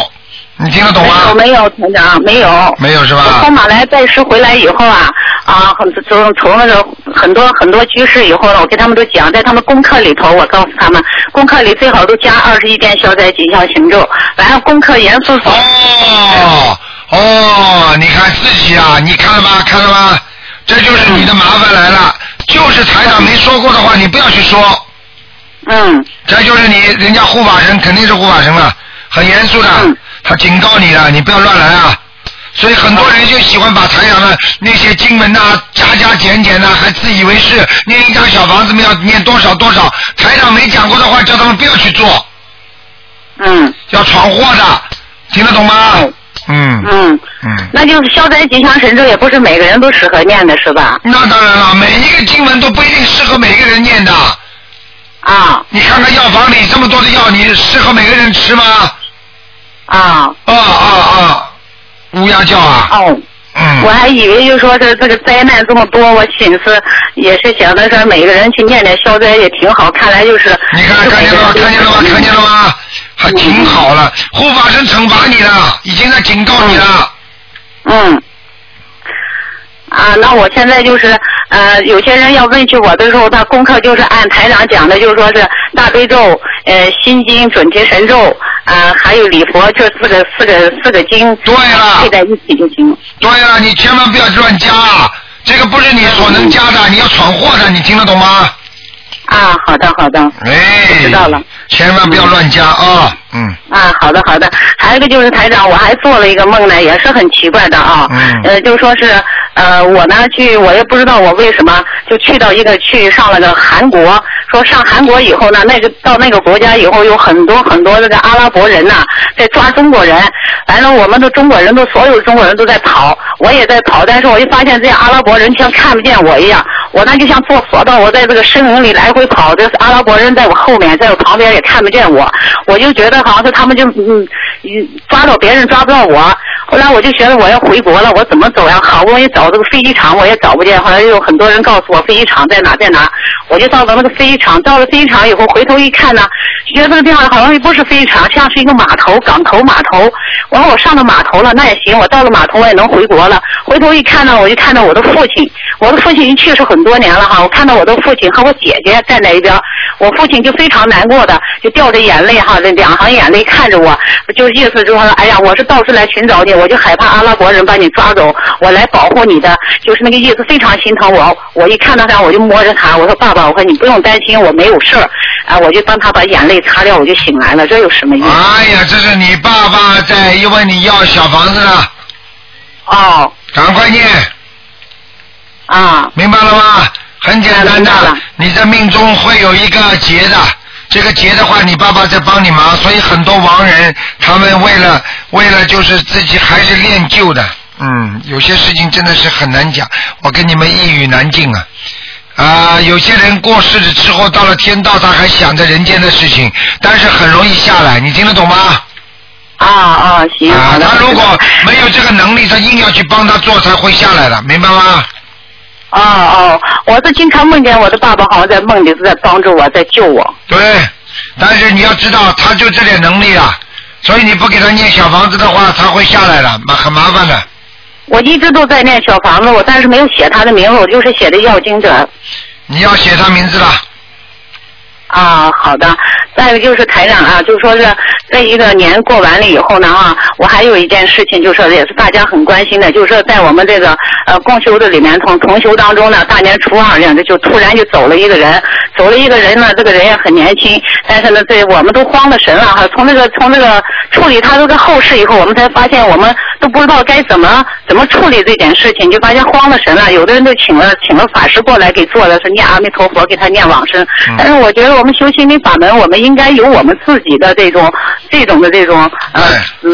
Speaker 1: 你听得懂
Speaker 3: 没有
Speaker 1: 吗？
Speaker 3: 没有，台长没有。
Speaker 1: 没有是
Speaker 3: 我
Speaker 1: 吧
Speaker 3: 从？马来拜师回来以后啊，啊，很从从那个很多很多居士以后呢，我跟他们都讲，在他们功课里头，我告诉他们，功课里最好都加二十一遍消灾吉祥神咒，然后功课严肃诵。
Speaker 1: 哦哦，你看自己啊，你看了吧，看了吧，这就是你的麻烦来了。就是台长没说过的话，你不要去说。
Speaker 3: 嗯
Speaker 1: 这就是你，人家护法神肯定是护法神了，很严肃的，他警告你了，你不要乱来啊。所以很多人就喜欢把台长的那些经文呐、加加减减呐、还自以为是念一张小房子们要念多少多少，台长没讲过的话，叫他们不要去做，
Speaker 3: 嗯
Speaker 1: 要闯祸的，听得懂吗？嗯
Speaker 3: 嗯，
Speaker 1: 嗯，
Speaker 3: 那就是消灾吉祥神咒，也不是每个人都适合念的是吧？
Speaker 1: 那当然了，每一个经文都不一定适合每个人念的。
Speaker 3: 啊
Speaker 1: 你看看药房里这么多的药，你适合每个人吃吗？
Speaker 3: 啊
Speaker 1: 啊啊啊！乌鸦叫啊，
Speaker 3: 哦。
Speaker 1: 嗯，
Speaker 3: 我还以为就说这这个灾难这么多，我寻思也是想着说每个人去念点消灾也挺好，看来就是
Speaker 1: 你看
Speaker 3: 就
Speaker 1: 看
Speaker 3: 每
Speaker 1: 见了
Speaker 3: 个
Speaker 1: 吗？看
Speaker 3: 人
Speaker 1: 见了吗？看见了吗？还挺好了，护法神惩罚你了，已经在警告你了。
Speaker 3: 嗯。啊，那我现在就是，呃，有些人要问起我的时候，他功课就是按台长讲的，就是说是大悲咒、呃心经、准提神咒，啊，还有礼佛，这四个四个四个经
Speaker 1: 对了
Speaker 3: 配在一起就行。
Speaker 1: 对了，你千万不要乱加，这个不是你所能加的，你要闯祸的，你听得懂吗？
Speaker 3: 啊，好的好的，
Speaker 1: 哎，
Speaker 3: 知道了，
Speaker 1: 千万不要乱加啊，嗯。
Speaker 3: 啊，好的好的。还有一个就是台长，我还做了一个梦呢，也是很奇怪的啊。
Speaker 1: 嗯
Speaker 3: 呃，就说是呃，我呢去，我也不知道我为什么就去到一个去上了个韩国，说上韩国以后呢，那个到那个国家以后，有很多很多这个阿拉伯人呐、在抓中国人，完了我们的中国人都所有中国人都在跑，我也在跑，但是我就发现这些阿拉伯人像看不见我一样，我呢就像坐索道，我在这个森林里来回跑，这阿拉伯人在我后面，在我旁边也看不见我，我就觉得好像是他们就嗯嗯抓到别人抓不到我。后来我就觉得我要回国了，我怎么走呀？好不容易找这个飞机场，我也找不见。后来又有很多人告诉我飞机场在哪在哪，我就到了那个飞机场。到了飞机场以后，回头一看呢，就觉得这个地方好像也不是飞机场，像是一个码头，港头码头。完了，我上了码头了，那也行，我到了码头我也能回国了。回头一看呢，我就看到我的父亲，我的父亲已经去世很多年了哈。我看到我的父亲和我姐姐站在一边，我父亲就非常难过的，就掉着眼泪哈，这两行眼泪看着我，就是意思就是说，哎呀，我是到处来寻找你，我就害怕阿拉伯人把你抓走，我来保护你的，就是那个意思，非常心疼我。我一看到他，我就摸着他，我说爸爸，我说你不用担心，我没有事儿，啊，我就帮他把眼泪擦掉，我就醒来了，这有什么意思？
Speaker 1: 哎呀，这是你爸爸在问你要小房子了，
Speaker 3: 哦，
Speaker 1: 赶快念，
Speaker 3: 啊，
Speaker 1: 明白了吗？很简单
Speaker 3: 明白
Speaker 1: 的
Speaker 3: 了，
Speaker 1: 你在命中会有一个劫的，这个劫的话，你爸爸在帮你忙，所以很多亡人他们为了为了就是自己还是练旧的，嗯，有些事情真的是很难讲，我跟你们一语难尽啊。啊、有些人过世了之后，到了天道，他还想着人间的事情，但是很容易下来，你听得懂吗？
Speaker 3: 啊啊，行，
Speaker 1: 啊
Speaker 3: 好，的，
Speaker 1: 他如果没有这个能力，他硬要去帮他做，才会下来的，明白吗？
Speaker 3: 哦哦，我是经常梦见我的爸爸好像在梦里是在帮助我，在救我。
Speaker 1: 对，但是你要知道，他就这点能力啊，所以你不给他念小房子的话，他会下来的，麻很麻烦的。
Speaker 3: 我一直都在念小房子，我但是没有写他的名字，我就是写的要经者。
Speaker 1: 你要写他名字了，
Speaker 3: 啊，好的。再一个就是台长啊，就是说是这一个年过完了以后呢啊，我还有一件事情，就是说也是大家很关心的，就是说在我们这个呃共修的里面，同同修当中呢，大年初二两个就突然就走了一个人，走了一个人呢，这个人也很年轻，但是呢，这我们都慌了神了哈。从这个从这个处理他这个后事以后，我们才发现我们都不知道该怎么怎么处理这件事情，就发现慌了神了。有的人都请了请了法师过来给做的是念阿弥陀佛，给他念往生呃
Speaker 1: 嗯。
Speaker 3: 但是我觉得我们修心灵法门，我们应该有我们自己的这种这种的这种呃
Speaker 1: 哎
Speaker 3: 嗯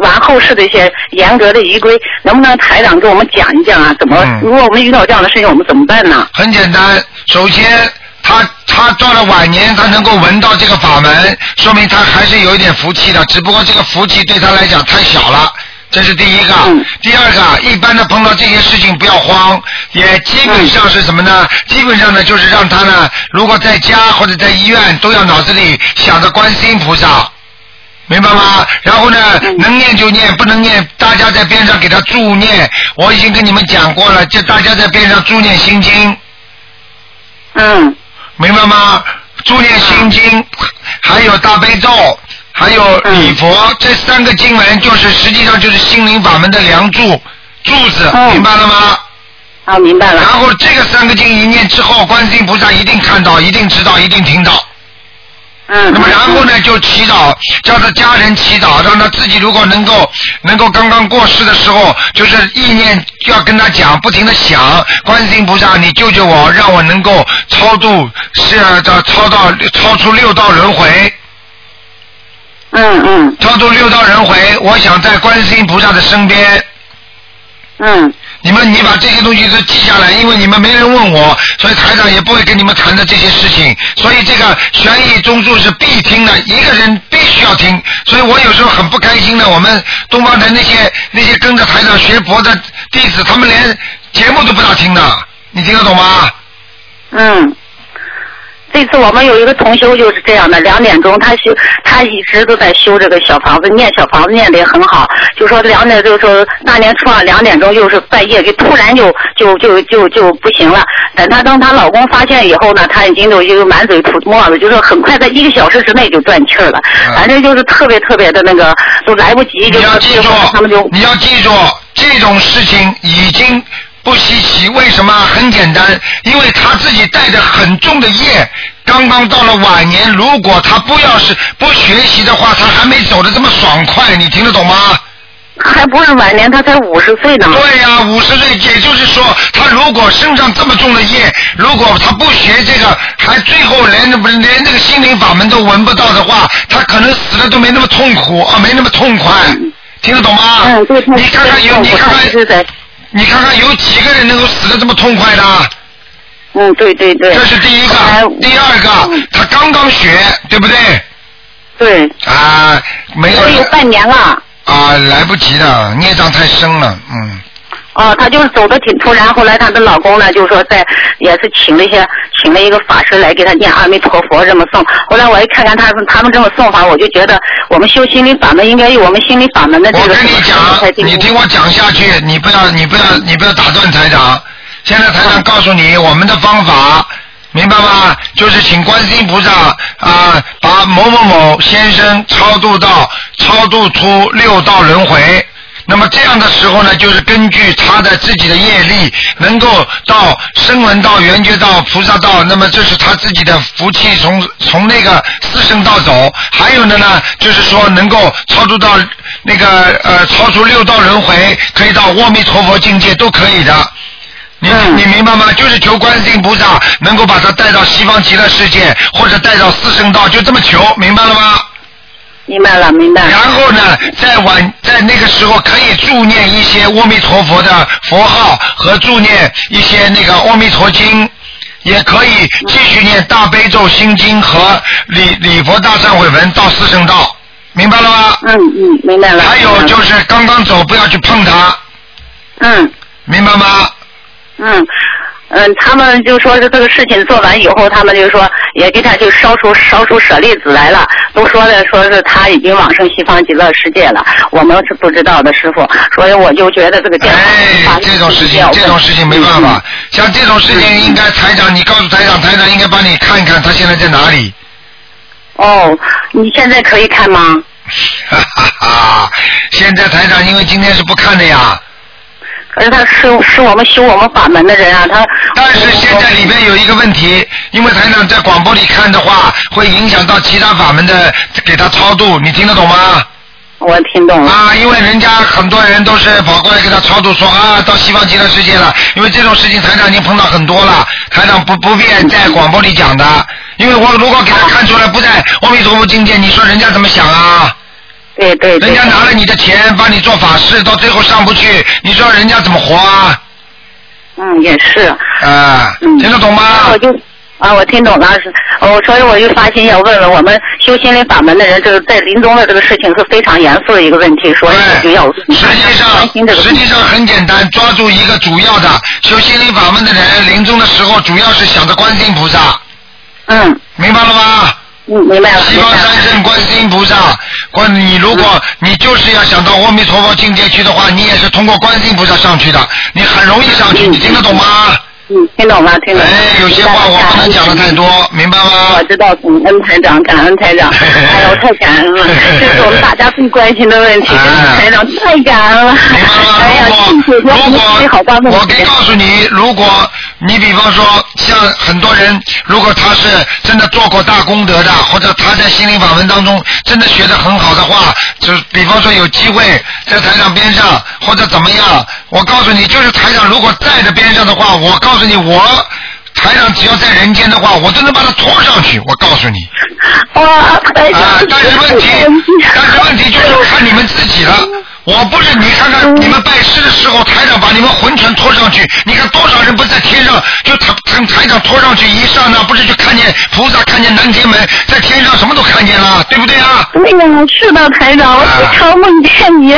Speaker 3: 完后事的一些严格的仪规，能不能台长给我们讲一讲啊？怎么、
Speaker 1: 嗯
Speaker 3: 如果我们遇到这样的事情，我们怎么办呢？
Speaker 1: 很简单。首先，他他到了晚年，他能够闻到这个法门，说明他还是有一点福气的，只不过这个福气对他来讲太小了。这是第一个，
Speaker 3: 嗯
Speaker 1: 第二个，一般的碰到这些事情不要慌，也基本上是什么呢？基本上呢，就是让他呢，如果在家或者在医院，都要脑子里想着观世音菩萨，明白吗？然后呢，能念就念，不能念，大家在边上给他助念。我已经跟你们讲过了，叫大家在边上助念心经，
Speaker 3: 嗯
Speaker 1: 明白吗？助念心经，还有大悲咒，还有礼佛，这三个经文就是实际上就是心灵法门的梁柱柱子，
Speaker 3: 嗯
Speaker 1: 明白了吗？
Speaker 3: 啊，明白
Speaker 1: 然
Speaker 3: 了。
Speaker 1: 后这个三个经一念之后，观世音菩萨一定看到，一定知道，一定听到。
Speaker 3: 嗯，
Speaker 1: 那么然后呢，就祈祷，叫他家人祈祷，让他自己如果能够能够刚刚过世的时候，就是意念要跟他讲，不停的想，观世音菩萨，你救救我，让我能够超度，是的，超到超出六道轮回，
Speaker 3: 嗯嗯
Speaker 1: 超度六道轮回，我想在观世音菩萨的身边。
Speaker 3: 嗯
Speaker 1: 你们，你把这些东西都记下来，因为你们没人问我，所以台长也不会跟你们谈的这些事情。所以这个悬疑综述是必听的，一个人必须要听。所以我有时候很不开心的，我们东方台那些那些跟着台长学佛的弟子，他们连节目都不大听的，你听得懂吗？
Speaker 3: 嗯。这次我们有一个同修就是这样的，两点钟他修，他一直都在修这个小房子，念小房子念的也很好。就说两点，就是说大年初二两点钟，又是半夜就突然就就就就就不行了。等她当她老公发现以后呢，她已经有一个满嘴吐沫子，就是很快在一个小时之内就断气儿了。反正就是特别特别的那个，都来不及，
Speaker 1: 嗯
Speaker 3: 就
Speaker 1: 你要
Speaker 3: 是
Speaker 1: 记
Speaker 3: 最
Speaker 1: 住
Speaker 3: 后他们就，
Speaker 1: 你要记住，这种事情已经不稀奇。为什么？很简单，因为他自己带着很重的业，刚刚到了晚年，如果他不要是不学习的话，他还没走的这么爽快，你听得懂吗？
Speaker 3: 还不是晚年，她才五十岁呢嘛。
Speaker 1: 对呀、五十岁，也就是说，他如果身上这么重的业，如果他不学这个，还最后连连这个心灵法门都闻不到的话，他可能死了都没那么痛苦啊，没那么痛快，听得懂吗？
Speaker 3: 嗯，对，她
Speaker 1: 你看看有，你看
Speaker 3: 她一直
Speaker 1: 看，
Speaker 3: 在，
Speaker 1: 你看看有几个人能够死的这么痛快的？
Speaker 3: 嗯，对对对。
Speaker 1: 这是第一个
Speaker 3: 哎，
Speaker 1: 第二个，他刚刚学，对不对？
Speaker 3: 对，
Speaker 1: 啊，没有
Speaker 3: 我有半年了。
Speaker 1: 啊，来不及了，孽障太深了，嗯。
Speaker 3: 哦，她就是走的挺突然，后来她的老公呢，就说在也是请了一些，请了一个法师来给她念阿弥陀佛这么诵。后来我一看看他他们这么诵法，我就觉得我们修心理法门应该有我们心理法门的这
Speaker 1: 我
Speaker 3: 个
Speaker 1: 跟
Speaker 3: 什
Speaker 1: 你
Speaker 3: 么
Speaker 1: 讲，
Speaker 3: 才对
Speaker 1: 你听我讲下去，你不要，你不要，你不要打断台长。现在台长告诉你我们的方法，明白吗？就是请观世音菩萨啊、把某某某先生超度到超度出六道轮回。那么这样的时候呢，就是根据他的自己的业力，能够到声闻道、缘觉道、菩萨道，那么这是他自己的福气从从那个四圣道走。还有的呢，就是说能够超度到那个呃超出六道轮回，可以到阿弥陀佛境界都可以的。你
Speaker 3: 嗯
Speaker 1: 你明白吗？就是求观世音菩萨能够把他带到西方极乐世界，或者带到四圣道，就这么求，明白了吗？
Speaker 3: 明白了，明白
Speaker 1: 然
Speaker 3: 了。
Speaker 1: 后呢，在晚在那个时候可以助念一些阿弥陀佛的佛号和助念一些那个阿弥陀经，也可以继续念大悲咒心经和礼礼佛大忏悔文到四圣道，明白了吗？
Speaker 3: 嗯嗯，明白了。
Speaker 1: 还有
Speaker 3: 明白
Speaker 1: 就
Speaker 3: 了
Speaker 1: 是刚刚走不要去碰它，
Speaker 3: 嗯。
Speaker 1: 明白吗？
Speaker 3: 嗯。嗯，他们就说是这个事情做完以后，他们就说也给他就烧出烧出舍利子来了，都说的说是他已经往生西方极乐世界了，我们是不知道的，师傅，所以我就觉得这个电话
Speaker 1: 哎，这种事情，这种事情没办法。。像这种事情，应该台长，你告诉台长，台长应该帮你看一看他现在在哪里。
Speaker 3: 哦，你现在可以看吗？
Speaker 1: 哈哈哈！现在台长因为今天是不看的呀，
Speaker 3: 可是他是是我们修我们法门的人啊，他
Speaker 1: 但是现在里面有一个问题，因为台长在广播里看的话，会影响到其他法门的给他超度，你听得懂吗？
Speaker 3: 我听懂了，
Speaker 1: 啊，因为人家很多人都是跑过来给他超度说啊，到西方极乐世界了，因为这种事情台长已经碰到很多了，台长不不便在广播里讲的，因为我如果给他看出来不在阿弥陀佛境界，你说人家怎么想啊？
Speaker 3: 对对对，
Speaker 1: 人家拿了你的钱帮你做法事，到最后上不去，你说人家怎么活啊？
Speaker 3: 嗯也是，
Speaker 1: 啊，
Speaker 3: 嗯
Speaker 1: 听得懂吗？
Speaker 3: 我就啊，我听懂了，是哦，所以我就发心要问问我们修心灵法门的人，这个在临终的这个事情是非常严肃的一个问题，所以我就要问
Speaker 1: 对，实际
Speaker 3: 关心这
Speaker 1: 上
Speaker 3: 个
Speaker 1: 实
Speaker 3: 问题
Speaker 1: 际上很简单，抓住一个主要的修心灵法门的人，临终的时候主要是想着观世音菩萨，
Speaker 3: 嗯
Speaker 1: 明白了吗？
Speaker 3: 嗯，明白了，
Speaker 1: 西
Speaker 3: 明
Speaker 1: 方
Speaker 3: 白
Speaker 1: 三
Speaker 3: 了。
Speaker 1: 圣观世音菩萨，观你如果你就是要想到阿弥陀佛境界去的话，你也是通过观世音菩萨上去的，你很容易上去，你听得懂吗？
Speaker 3: 嗯，听懂了，听懂了。
Speaker 1: 哎，有些话我不能讲的太多，明白吗
Speaker 3: 我？知道，感恩台长，感恩 台长，哎呦，太感恩了，这是我们大家最关心 的问题，感恩台长太感恩了，
Speaker 1: 啊 明白吗？
Speaker 3: 哎呀，谢谢，
Speaker 1: 如果
Speaker 3: 我们最好
Speaker 1: 如
Speaker 3: 大
Speaker 1: 果
Speaker 3: 问
Speaker 1: 我可
Speaker 3: 题
Speaker 1: 以，告诉你，如果你比方说像很多人，如果他是真的做过大功德的，或者他在心灵法门当中真的学得很好的话，就是比方说有机会在台长边上或者怎么样，我告诉你，就是台长如果在这边上的话，我告诉你我。台长只要在人间的话，我都能把他拖上去。我告诉你，
Speaker 3: 哇，台长
Speaker 1: 啊，，但是问题，但是问题就是看你们自己了。我不是你看看你们拜师的时候，台长把你们魂全拖上去，你看多少人不是在天上就台台台长拖上去一刹那，不是就看见菩萨，看见南天门，在天上什么都看见了，对不对啊？
Speaker 3: 那个哎是的，台长，我经常梦见你，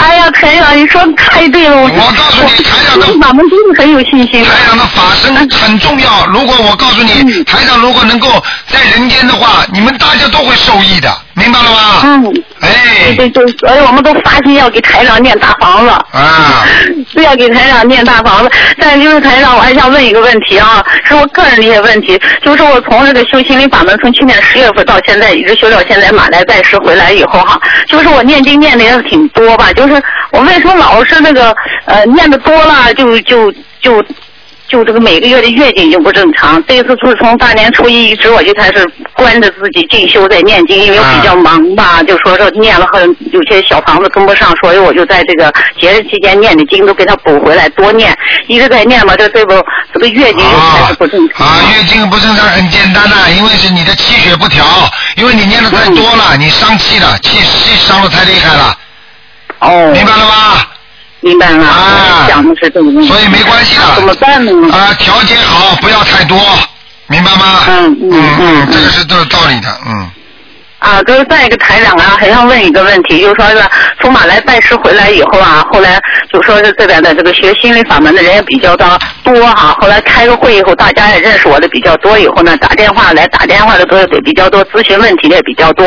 Speaker 3: 哎呀，台长，你说的太对了，我
Speaker 1: 我告诉你台长都
Speaker 3: 我咱们真的很有信心，嗯
Speaker 1: 台长的法身很重要，如果我告诉你，台长如果能够在人间的话，你们大家都会受益的，明白了吗？
Speaker 3: 嗯，
Speaker 1: 哎，
Speaker 3: 对对，所以我们都发心要给台长念大房子。
Speaker 1: 啊，
Speaker 3: 是要给台长念大房子，但就是台长，我还想问一个问题啊，是我个人的一些问题，就是我从这个修心灵法门，从去年十月份到现在，一直修到现在马来拜师回来以后哈，就是我念经念的也挺多吧，就是我为什么老是那个呃念的多了就就就就这个每个月的月经就不正常。这次就是从大年初一一直我就开始关着自己进修在念经，因为比
Speaker 1: 啊
Speaker 3: 较忙吧，就说是念了很有些小房子跟不上，所以我就在这个节日期间念的经都给它补回来，多念，一直在念嘛，这这不这个月经又开始不正常。
Speaker 1: 啊，月经不正常很简单呐、因为是你的气血不调，因为你念的太
Speaker 3: 嗯
Speaker 1: 多了，你伤气了，气气伤的太厉害了，
Speaker 3: 哦，
Speaker 1: 啊明白了吗？
Speaker 3: 明白了，
Speaker 1: 啊
Speaker 3: 我想的是这个问题。
Speaker 1: 所以没关系
Speaker 3: 那怎么
Speaker 1: 的，
Speaker 3: 办呢？
Speaker 1: 啊，调节好，不要太多，明白吗？
Speaker 3: 嗯嗯
Speaker 1: 嗯
Speaker 3: 嗯
Speaker 1: 这个是都有道理的，嗯。
Speaker 3: 啊，就是再一个台长啊，还想问一个问题，就是说是从马来拜师回来以后啊，后来就说是这边的这个学心理法门的人也比较的多哈、后来开个会以后，大家也认识我的比较多，以后呢打电话来打电话的都也比较多，咨询问题的也比较多。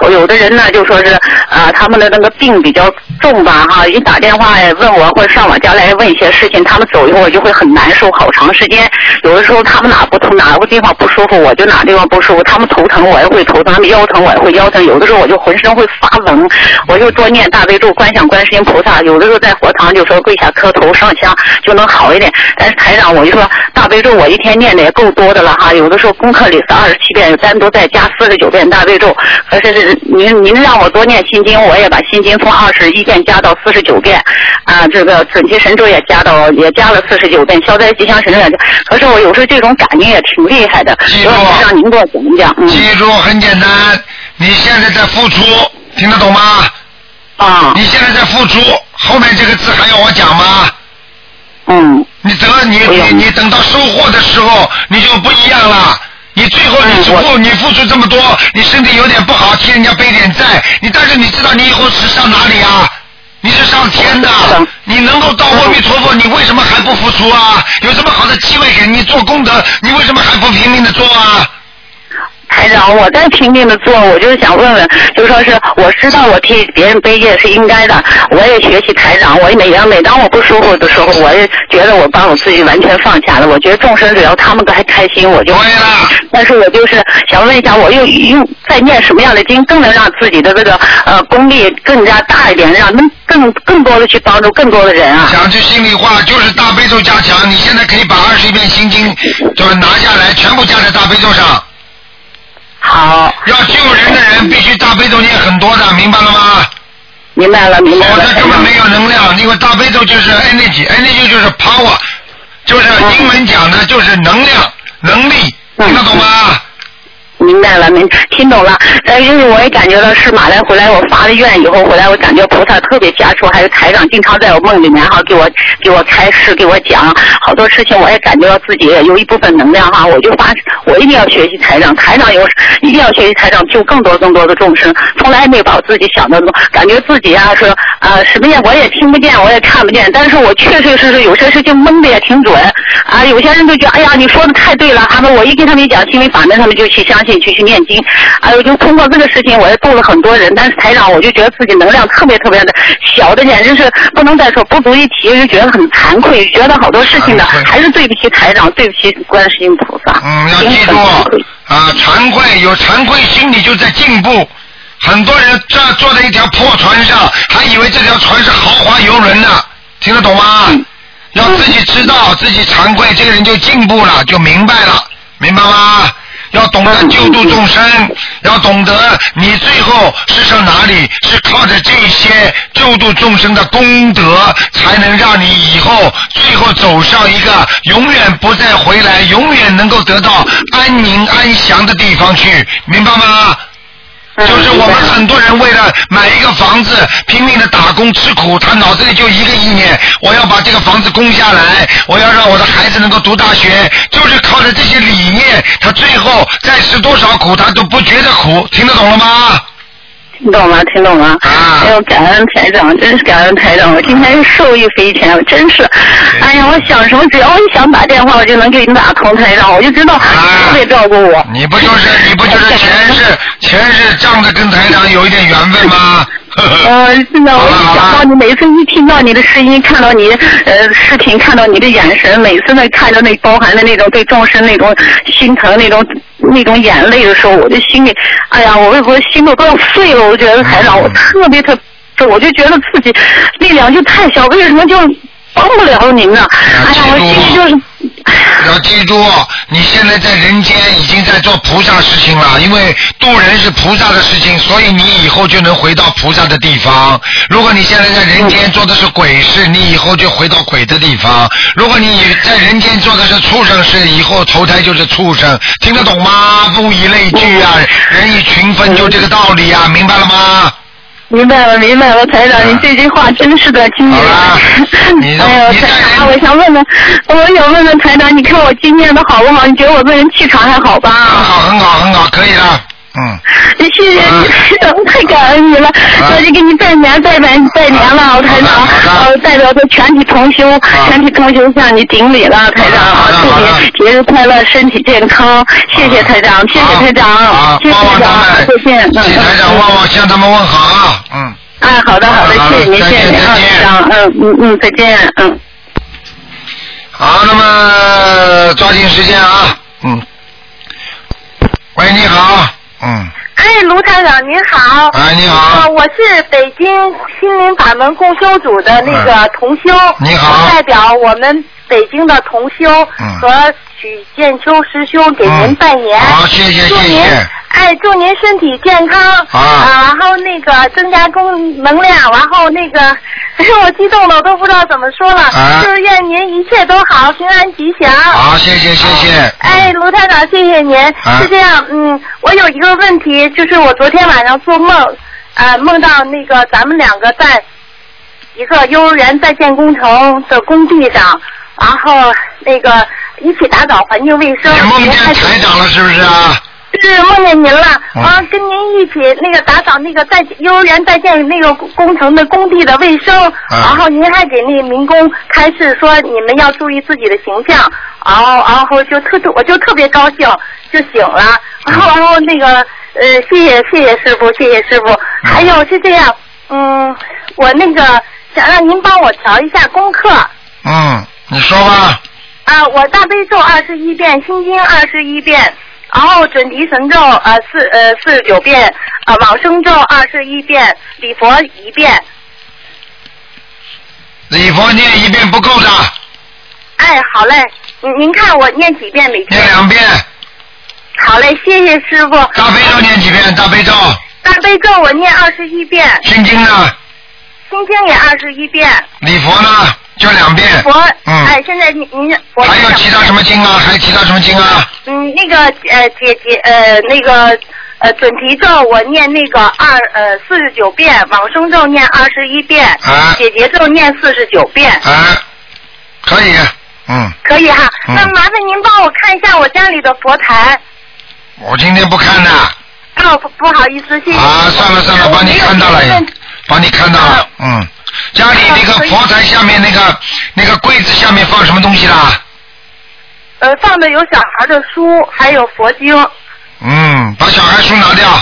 Speaker 3: 我有的人呢就说是啊，他们的那个病比较重吧哈、一打电话也问我或者上我家来问一些事情，他们走以后我就会很难受好长时间。有的时候他们哪不痛哪个地方不舒服，我就哪地方不舒服，他们头疼我也会头疼，他们腰疼我也会腰疼，有的时候我就浑身会发冷，我就多念大悲咒、观想观世音菩萨，有的时候在佛堂就说跪下磕头上香就能好一点。但是台长，我就说大悲咒我一天念的也够多的了哈，有的时候功课里是二十七遍，单独再加四十九遍大悲咒，可是是您您让我多念心经，我也把心经从二十一遍加到四十九遍，啊，这个准提神咒也加到也加了四十九遍，消灾吉祥神咒也加。可是我有时候这种感应也挺厉害的，
Speaker 1: 记住
Speaker 3: 所以我让您给我讲一讲。嗯
Speaker 1: 记住很简单，你现在在付出，听得懂吗？
Speaker 3: 啊，
Speaker 1: 你现在在付出，后面这个字还要我讲吗？
Speaker 3: 嗯
Speaker 1: 你等到你
Speaker 3: 不
Speaker 1: 你
Speaker 3: 用
Speaker 1: 你等到收获的时候，你就不一样了。你最后你
Speaker 3: 嗯我
Speaker 1: 付你付出这么多，你身体有点不好，替人家背点债，你但是你知道你以后是上哪里啊？你是上天的
Speaker 3: 是的，嗯
Speaker 1: 你能够到阿弥陀佛，你为什么还不付出啊？有这么好的机会给你做功德，你为什么还不拼命的做啊？
Speaker 3: 台长，我在拼命的做，我就是想问问，就说是我知道我替别人背业是应该的，我也学习台长，我也每当每当我不舒服的时候，我也觉得我把我自己完全放下了，我觉得众生只要他们还开心，我就
Speaker 1: 对。了。
Speaker 3: 但是我就是想问一下，我又用在念什么样的经，更能让自己的这个呃功力更加大一点，让能更更多的去帮助更多的人啊？
Speaker 1: 讲句心里话，就是大悲咒加强，你现在可以把二十一遍心经就是拿下来，全部加在大悲咒上。
Speaker 3: 好，
Speaker 1: 要救人的人必须大悲咒念很多的，明白了吗？
Speaker 3: 明白了，明白
Speaker 1: 否
Speaker 3: 了嗯
Speaker 1: 则。根本没有能量，因为大悲咒就是 energy，energy 就是 power，就是英文讲的就是能量、能力，
Speaker 3: 嗯
Speaker 1: 听得懂吗？
Speaker 3: 明白了，明听懂了。但是我也感觉到是马来回来，我发了愿以后回来，我感觉菩萨特别加持，还有台长经常在我梦里面哈给我给我开示，给我讲好多事情，我也感觉到自己也有一部分能量哈。我就发，我一定要学习台长，台长有一定要学习台长，救更多更多的众生。从来没把我自己想的那么，感觉自己啊是啊、什么呀，我也听不见，我也看不见，但是我确确实实有些事情蒙的也挺准啊，有些人就觉得，哎呀，你说的太对了。他们我一跟他们一讲心理法门，他们就去相信，去去念经。哎呦，就通过这个事情，我也度了很多人。但是台长，我就觉得自己能量特别特别的小的，简直是不能再说，不足一提，就觉得很惭愧，觉得好多事情呢，
Speaker 1: 惭愧
Speaker 3: 还是对不起台长，对不起观世音菩萨。
Speaker 1: 嗯，要
Speaker 3: 真
Speaker 1: 记
Speaker 3: 很
Speaker 1: 住
Speaker 3: 惭愧
Speaker 1: 啊，惭愧有惭愧心理就在进步。很多人这坐在一条破船上，还以为这条船是豪华游轮呢，听得懂吗？要自己知道自己惭愧，这个人就进步了，就明白了，明白吗？要懂得救度众生，要懂得你最后是上哪里，是靠着这些救度众生的功德，才能让你以后最后走上一个永远不再回来，永远能够得到安宁安详的地方去，明白吗？就是我们很多人为了买一个房子，拼命的打工吃苦，他脑子里就一个意念：我要把这个房子供下来，我要让我的孩子能够读大学。就是靠着这些理念，他最后再吃多少苦，他都不觉得苦。听得懂了吗？
Speaker 3: 听
Speaker 1: 嗯
Speaker 3: 懂吗？听懂嗯吗？
Speaker 1: 啊
Speaker 3: 哎呦，感恩台长，真是感恩台长，我今天受益匪浅，我真是，哎呀，我想什么，只要我一想打电话，我就能给你打通台长，我就知道特别照顾我。
Speaker 1: 你不就是你不就是前世前世仗着跟台长有一点缘分吗？ 呵呵
Speaker 3: 呃，真的，
Speaker 1: 好
Speaker 3: 我
Speaker 1: 了好
Speaker 3: 一想
Speaker 1: 了
Speaker 3: 到你，每次一听到你的声音，看到你呃视频，看到你的眼神，每次在看着那包含的那种对众生那种心疼、那种那种眼泪的时候，我就心里，哎呀，我我心都都要碎了。我觉得台长，我特别特别，我就觉得自己力量就太小，为什么就帮不了您呢？哎呀，我心里就是。
Speaker 1: 要记住，你现在在人间已经在做菩萨事情了，因为渡人是菩萨的事情，所以你以后就能回到菩萨的地方。如果你现在在人间做的是鬼事，你以后就回到鬼的地方；如果你在人间做的是畜生事，以后投胎就是畜生。听得懂吗？物以类聚啊，人以群分，就这个道理啊，明白了吗？
Speaker 3: 明白了，明白了，台长，你这句话真是的，经典。
Speaker 1: 啊好 啦你的
Speaker 3: 哎呦，
Speaker 1: 你的
Speaker 3: 台长，我想问问，我想问问台长，你看我今天的好不好？你觉得我这人气场还好
Speaker 1: 很
Speaker 3: 吧？
Speaker 1: 好，很好，很好，可以了。嗯，
Speaker 3: 谢谢你， 台长，太感恩你了，我就给你拜年，拜拜，拜年了，我台
Speaker 1: 啊好
Speaker 3: 长
Speaker 1: 的好，的啊
Speaker 3: 我代表着全体同修，全体同修向你顶礼了，台长
Speaker 1: 好的，好的啊
Speaker 3: 祝你节日快乐，身体健康，谢谢台长，谢谢台
Speaker 1: 好
Speaker 3: 长，，谢谢
Speaker 1: 好旺
Speaker 3: 台
Speaker 1: 旺
Speaker 3: 长
Speaker 1: 啊他，们，
Speaker 3: 再见，嗯
Speaker 1: 请台长旺旺向他们问好啊，嗯。
Speaker 3: 啊，好的好的，谢谢您，
Speaker 1: 好
Speaker 3: 谢
Speaker 1: 的
Speaker 3: 谢您，
Speaker 1: 再见
Speaker 3: 啊，嗯嗯嗯，再见，嗯。
Speaker 1: 好，那么抓紧时间啊，嗯。喂，你好，嗯，
Speaker 4: 哎，卢台长您好。
Speaker 1: 哎，你
Speaker 4: 呃，
Speaker 1: 好，
Speaker 4: 我是北京心灵法门共修组的那个同修，
Speaker 1: 哎你好
Speaker 4: 我代表我们北京的同修
Speaker 1: 嗯
Speaker 4: 和许建秋师兄给
Speaker 1: 嗯
Speaker 4: 您拜年，
Speaker 1: 好，谢谢，
Speaker 4: 祝
Speaker 1: 谢
Speaker 4: 您
Speaker 1: 谢，
Speaker 4: 哎祝您身体健康，
Speaker 1: 啊
Speaker 4: 然后那个增加功能量，然后那个， 哎我激动的我都不知道怎么说了，
Speaker 1: 啊
Speaker 4: 就是愿您一切都好，平安吉祥。
Speaker 1: 好，谢谢，谢谢，
Speaker 4: 哎，卢台长，谢谢您。
Speaker 1: 啊
Speaker 4: 是这样，嗯，我有一个问题，就是我昨天晚上做梦，啊、梦到那个咱们两个在一个幼儿园在建工程的工地上，然后那个一起打扫环境卫
Speaker 3: 哎
Speaker 4: 生。
Speaker 1: 你梦见
Speaker 4: 还是
Speaker 1: 台长了是不是啊？
Speaker 4: 是梦见您了，
Speaker 1: 嗯
Speaker 4: 啊，跟您一起那个打扫那个在幼儿园在建那个工程的工地的卫生，然后您还给那民工开示说你们要注意自己的形象，然后然后就特特我就特别高兴就醒了，然后然后那个呃谢谢谢谢师傅谢谢师傅，还有是这样，嗯，我那个想让您帮我调一下功课。
Speaker 1: 嗯，你说吧，
Speaker 4: 啊，我大悲咒二十一遍，心经二十一遍，然后准提神咒呃四呃四十九遍，呃往生咒二十一遍，礼佛一遍。
Speaker 1: 礼佛念一遍不够的，
Speaker 4: 哎，好嘞，您您看我念几遍每天
Speaker 1: 念？两遍，
Speaker 4: 好嘞，谢谢师傅。
Speaker 1: 大悲咒念几遍，大悲咒，
Speaker 4: 大悲咒我念二十一遍，
Speaker 1: 心经呢，
Speaker 4: 心经也二十一遍，
Speaker 1: 礼佛呢就两遍，
Speaker 4: 佛、
Speaker 1: 哎嗯
Speaker 4: 哎，现在您您我
Speaker 1: 还有其他什么经啊？还有其他什么经啊？
Speaker 4: 嗯那个呃姐姐呃那个。呃，准提咒我念那个二呃四十九遍，往生咒念二十一遍，
Speaker 1: 啊
Speaker 4: 姐姐咒念四十九遍，
Speaker 1: 啊，可以，嗯，
Speaker 4: 可以哈。
Speaker 1: 嗯
Speaker 4: 那麻烦您帮我看一下我家里的佛台。
Speaker 1: 我今天不看的。
Speaker 4: 哦，不不好意思，谢谢。
Speaker 1: 啊，算了算了，帮你看到了，帮你看到
Speaker 4: 啊
Speaker 1: 了，嗯。家里那个佛台下面那个那个柜子下面放什么东西啦？
Speaker 4: 呃放的有小孩的书，还有佛经。
Speaker 1: 嗯，把小孩书拿掉，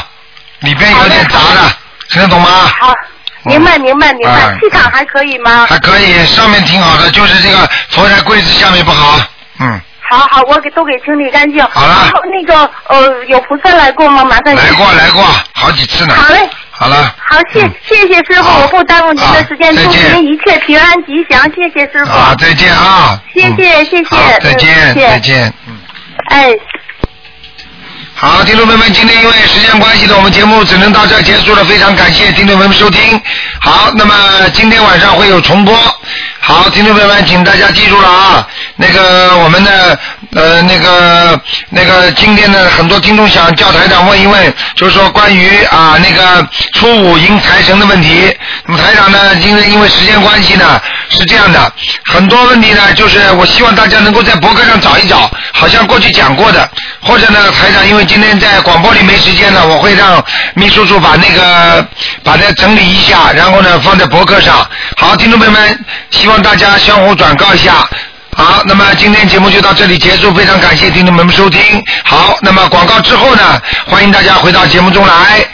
Speaker 1: 里边有点杂的，听得懂吗？
Speaker 4: 好，明白明白明白
Speaker 1: 哎，
Speaker 4: 气场还可以吗？
Speaker 1: 还可以，上面挺好的，就是这个佛台柜子下面不好。嗯，
Speaker 4: 好好，我给都给清理干净。
Speaker 1: 好了
Speaker 4: 然后那个呃，有菩萨来过吗？麻烦你。
Speaker 1: 来过来过，好几次呢。
Speaker 4: 好嘞，
Speaker 1: 好了，嗯
Speaker 4: 好，谢谢谢师傅，我不耽误您的时间，
Speaker 1: 再
Speaker 4: 祝
Speaker 1: 见
Speaker 4: 您一切平安吉祥，谢谢师傅。
Speaker 1: 啊，再见啊。
Speaker 4: 谢谢谢谢
Speaker 1: 好，，再见
Speaker 4: 嗯谢谢
Speaker 1: 再见。
Speaker 4: 哎，
Speaker 1: 好，听众朋友们，今天因为时间关系呢，我们节目只能到这儿结束了。非常感谢听众朋友们收听。好，那么今天晚上会有重播。好，听众朋友们，请大家记住了啊，那个我们的呃那个那个今天呢，很多听众想叫台长问一问，就是说关于啊那个初五迎财神的问题。那么台长呢，因为因为时间关系呢，是这样的，很多问题呢，就是我希望大家能够在博客上找一找，好像过去讲过的，或者呢，台长因为今天在广播里没时间了，我会让秘书处把那个把它整理一下，然后呢放在博客上。好，听众朋友们，希望大家相互转告一下。好，那么今天节目就到这里结束，非常感谢听众朋友们收听。好，那么广告之后呢，欢迎大家回到节目中来。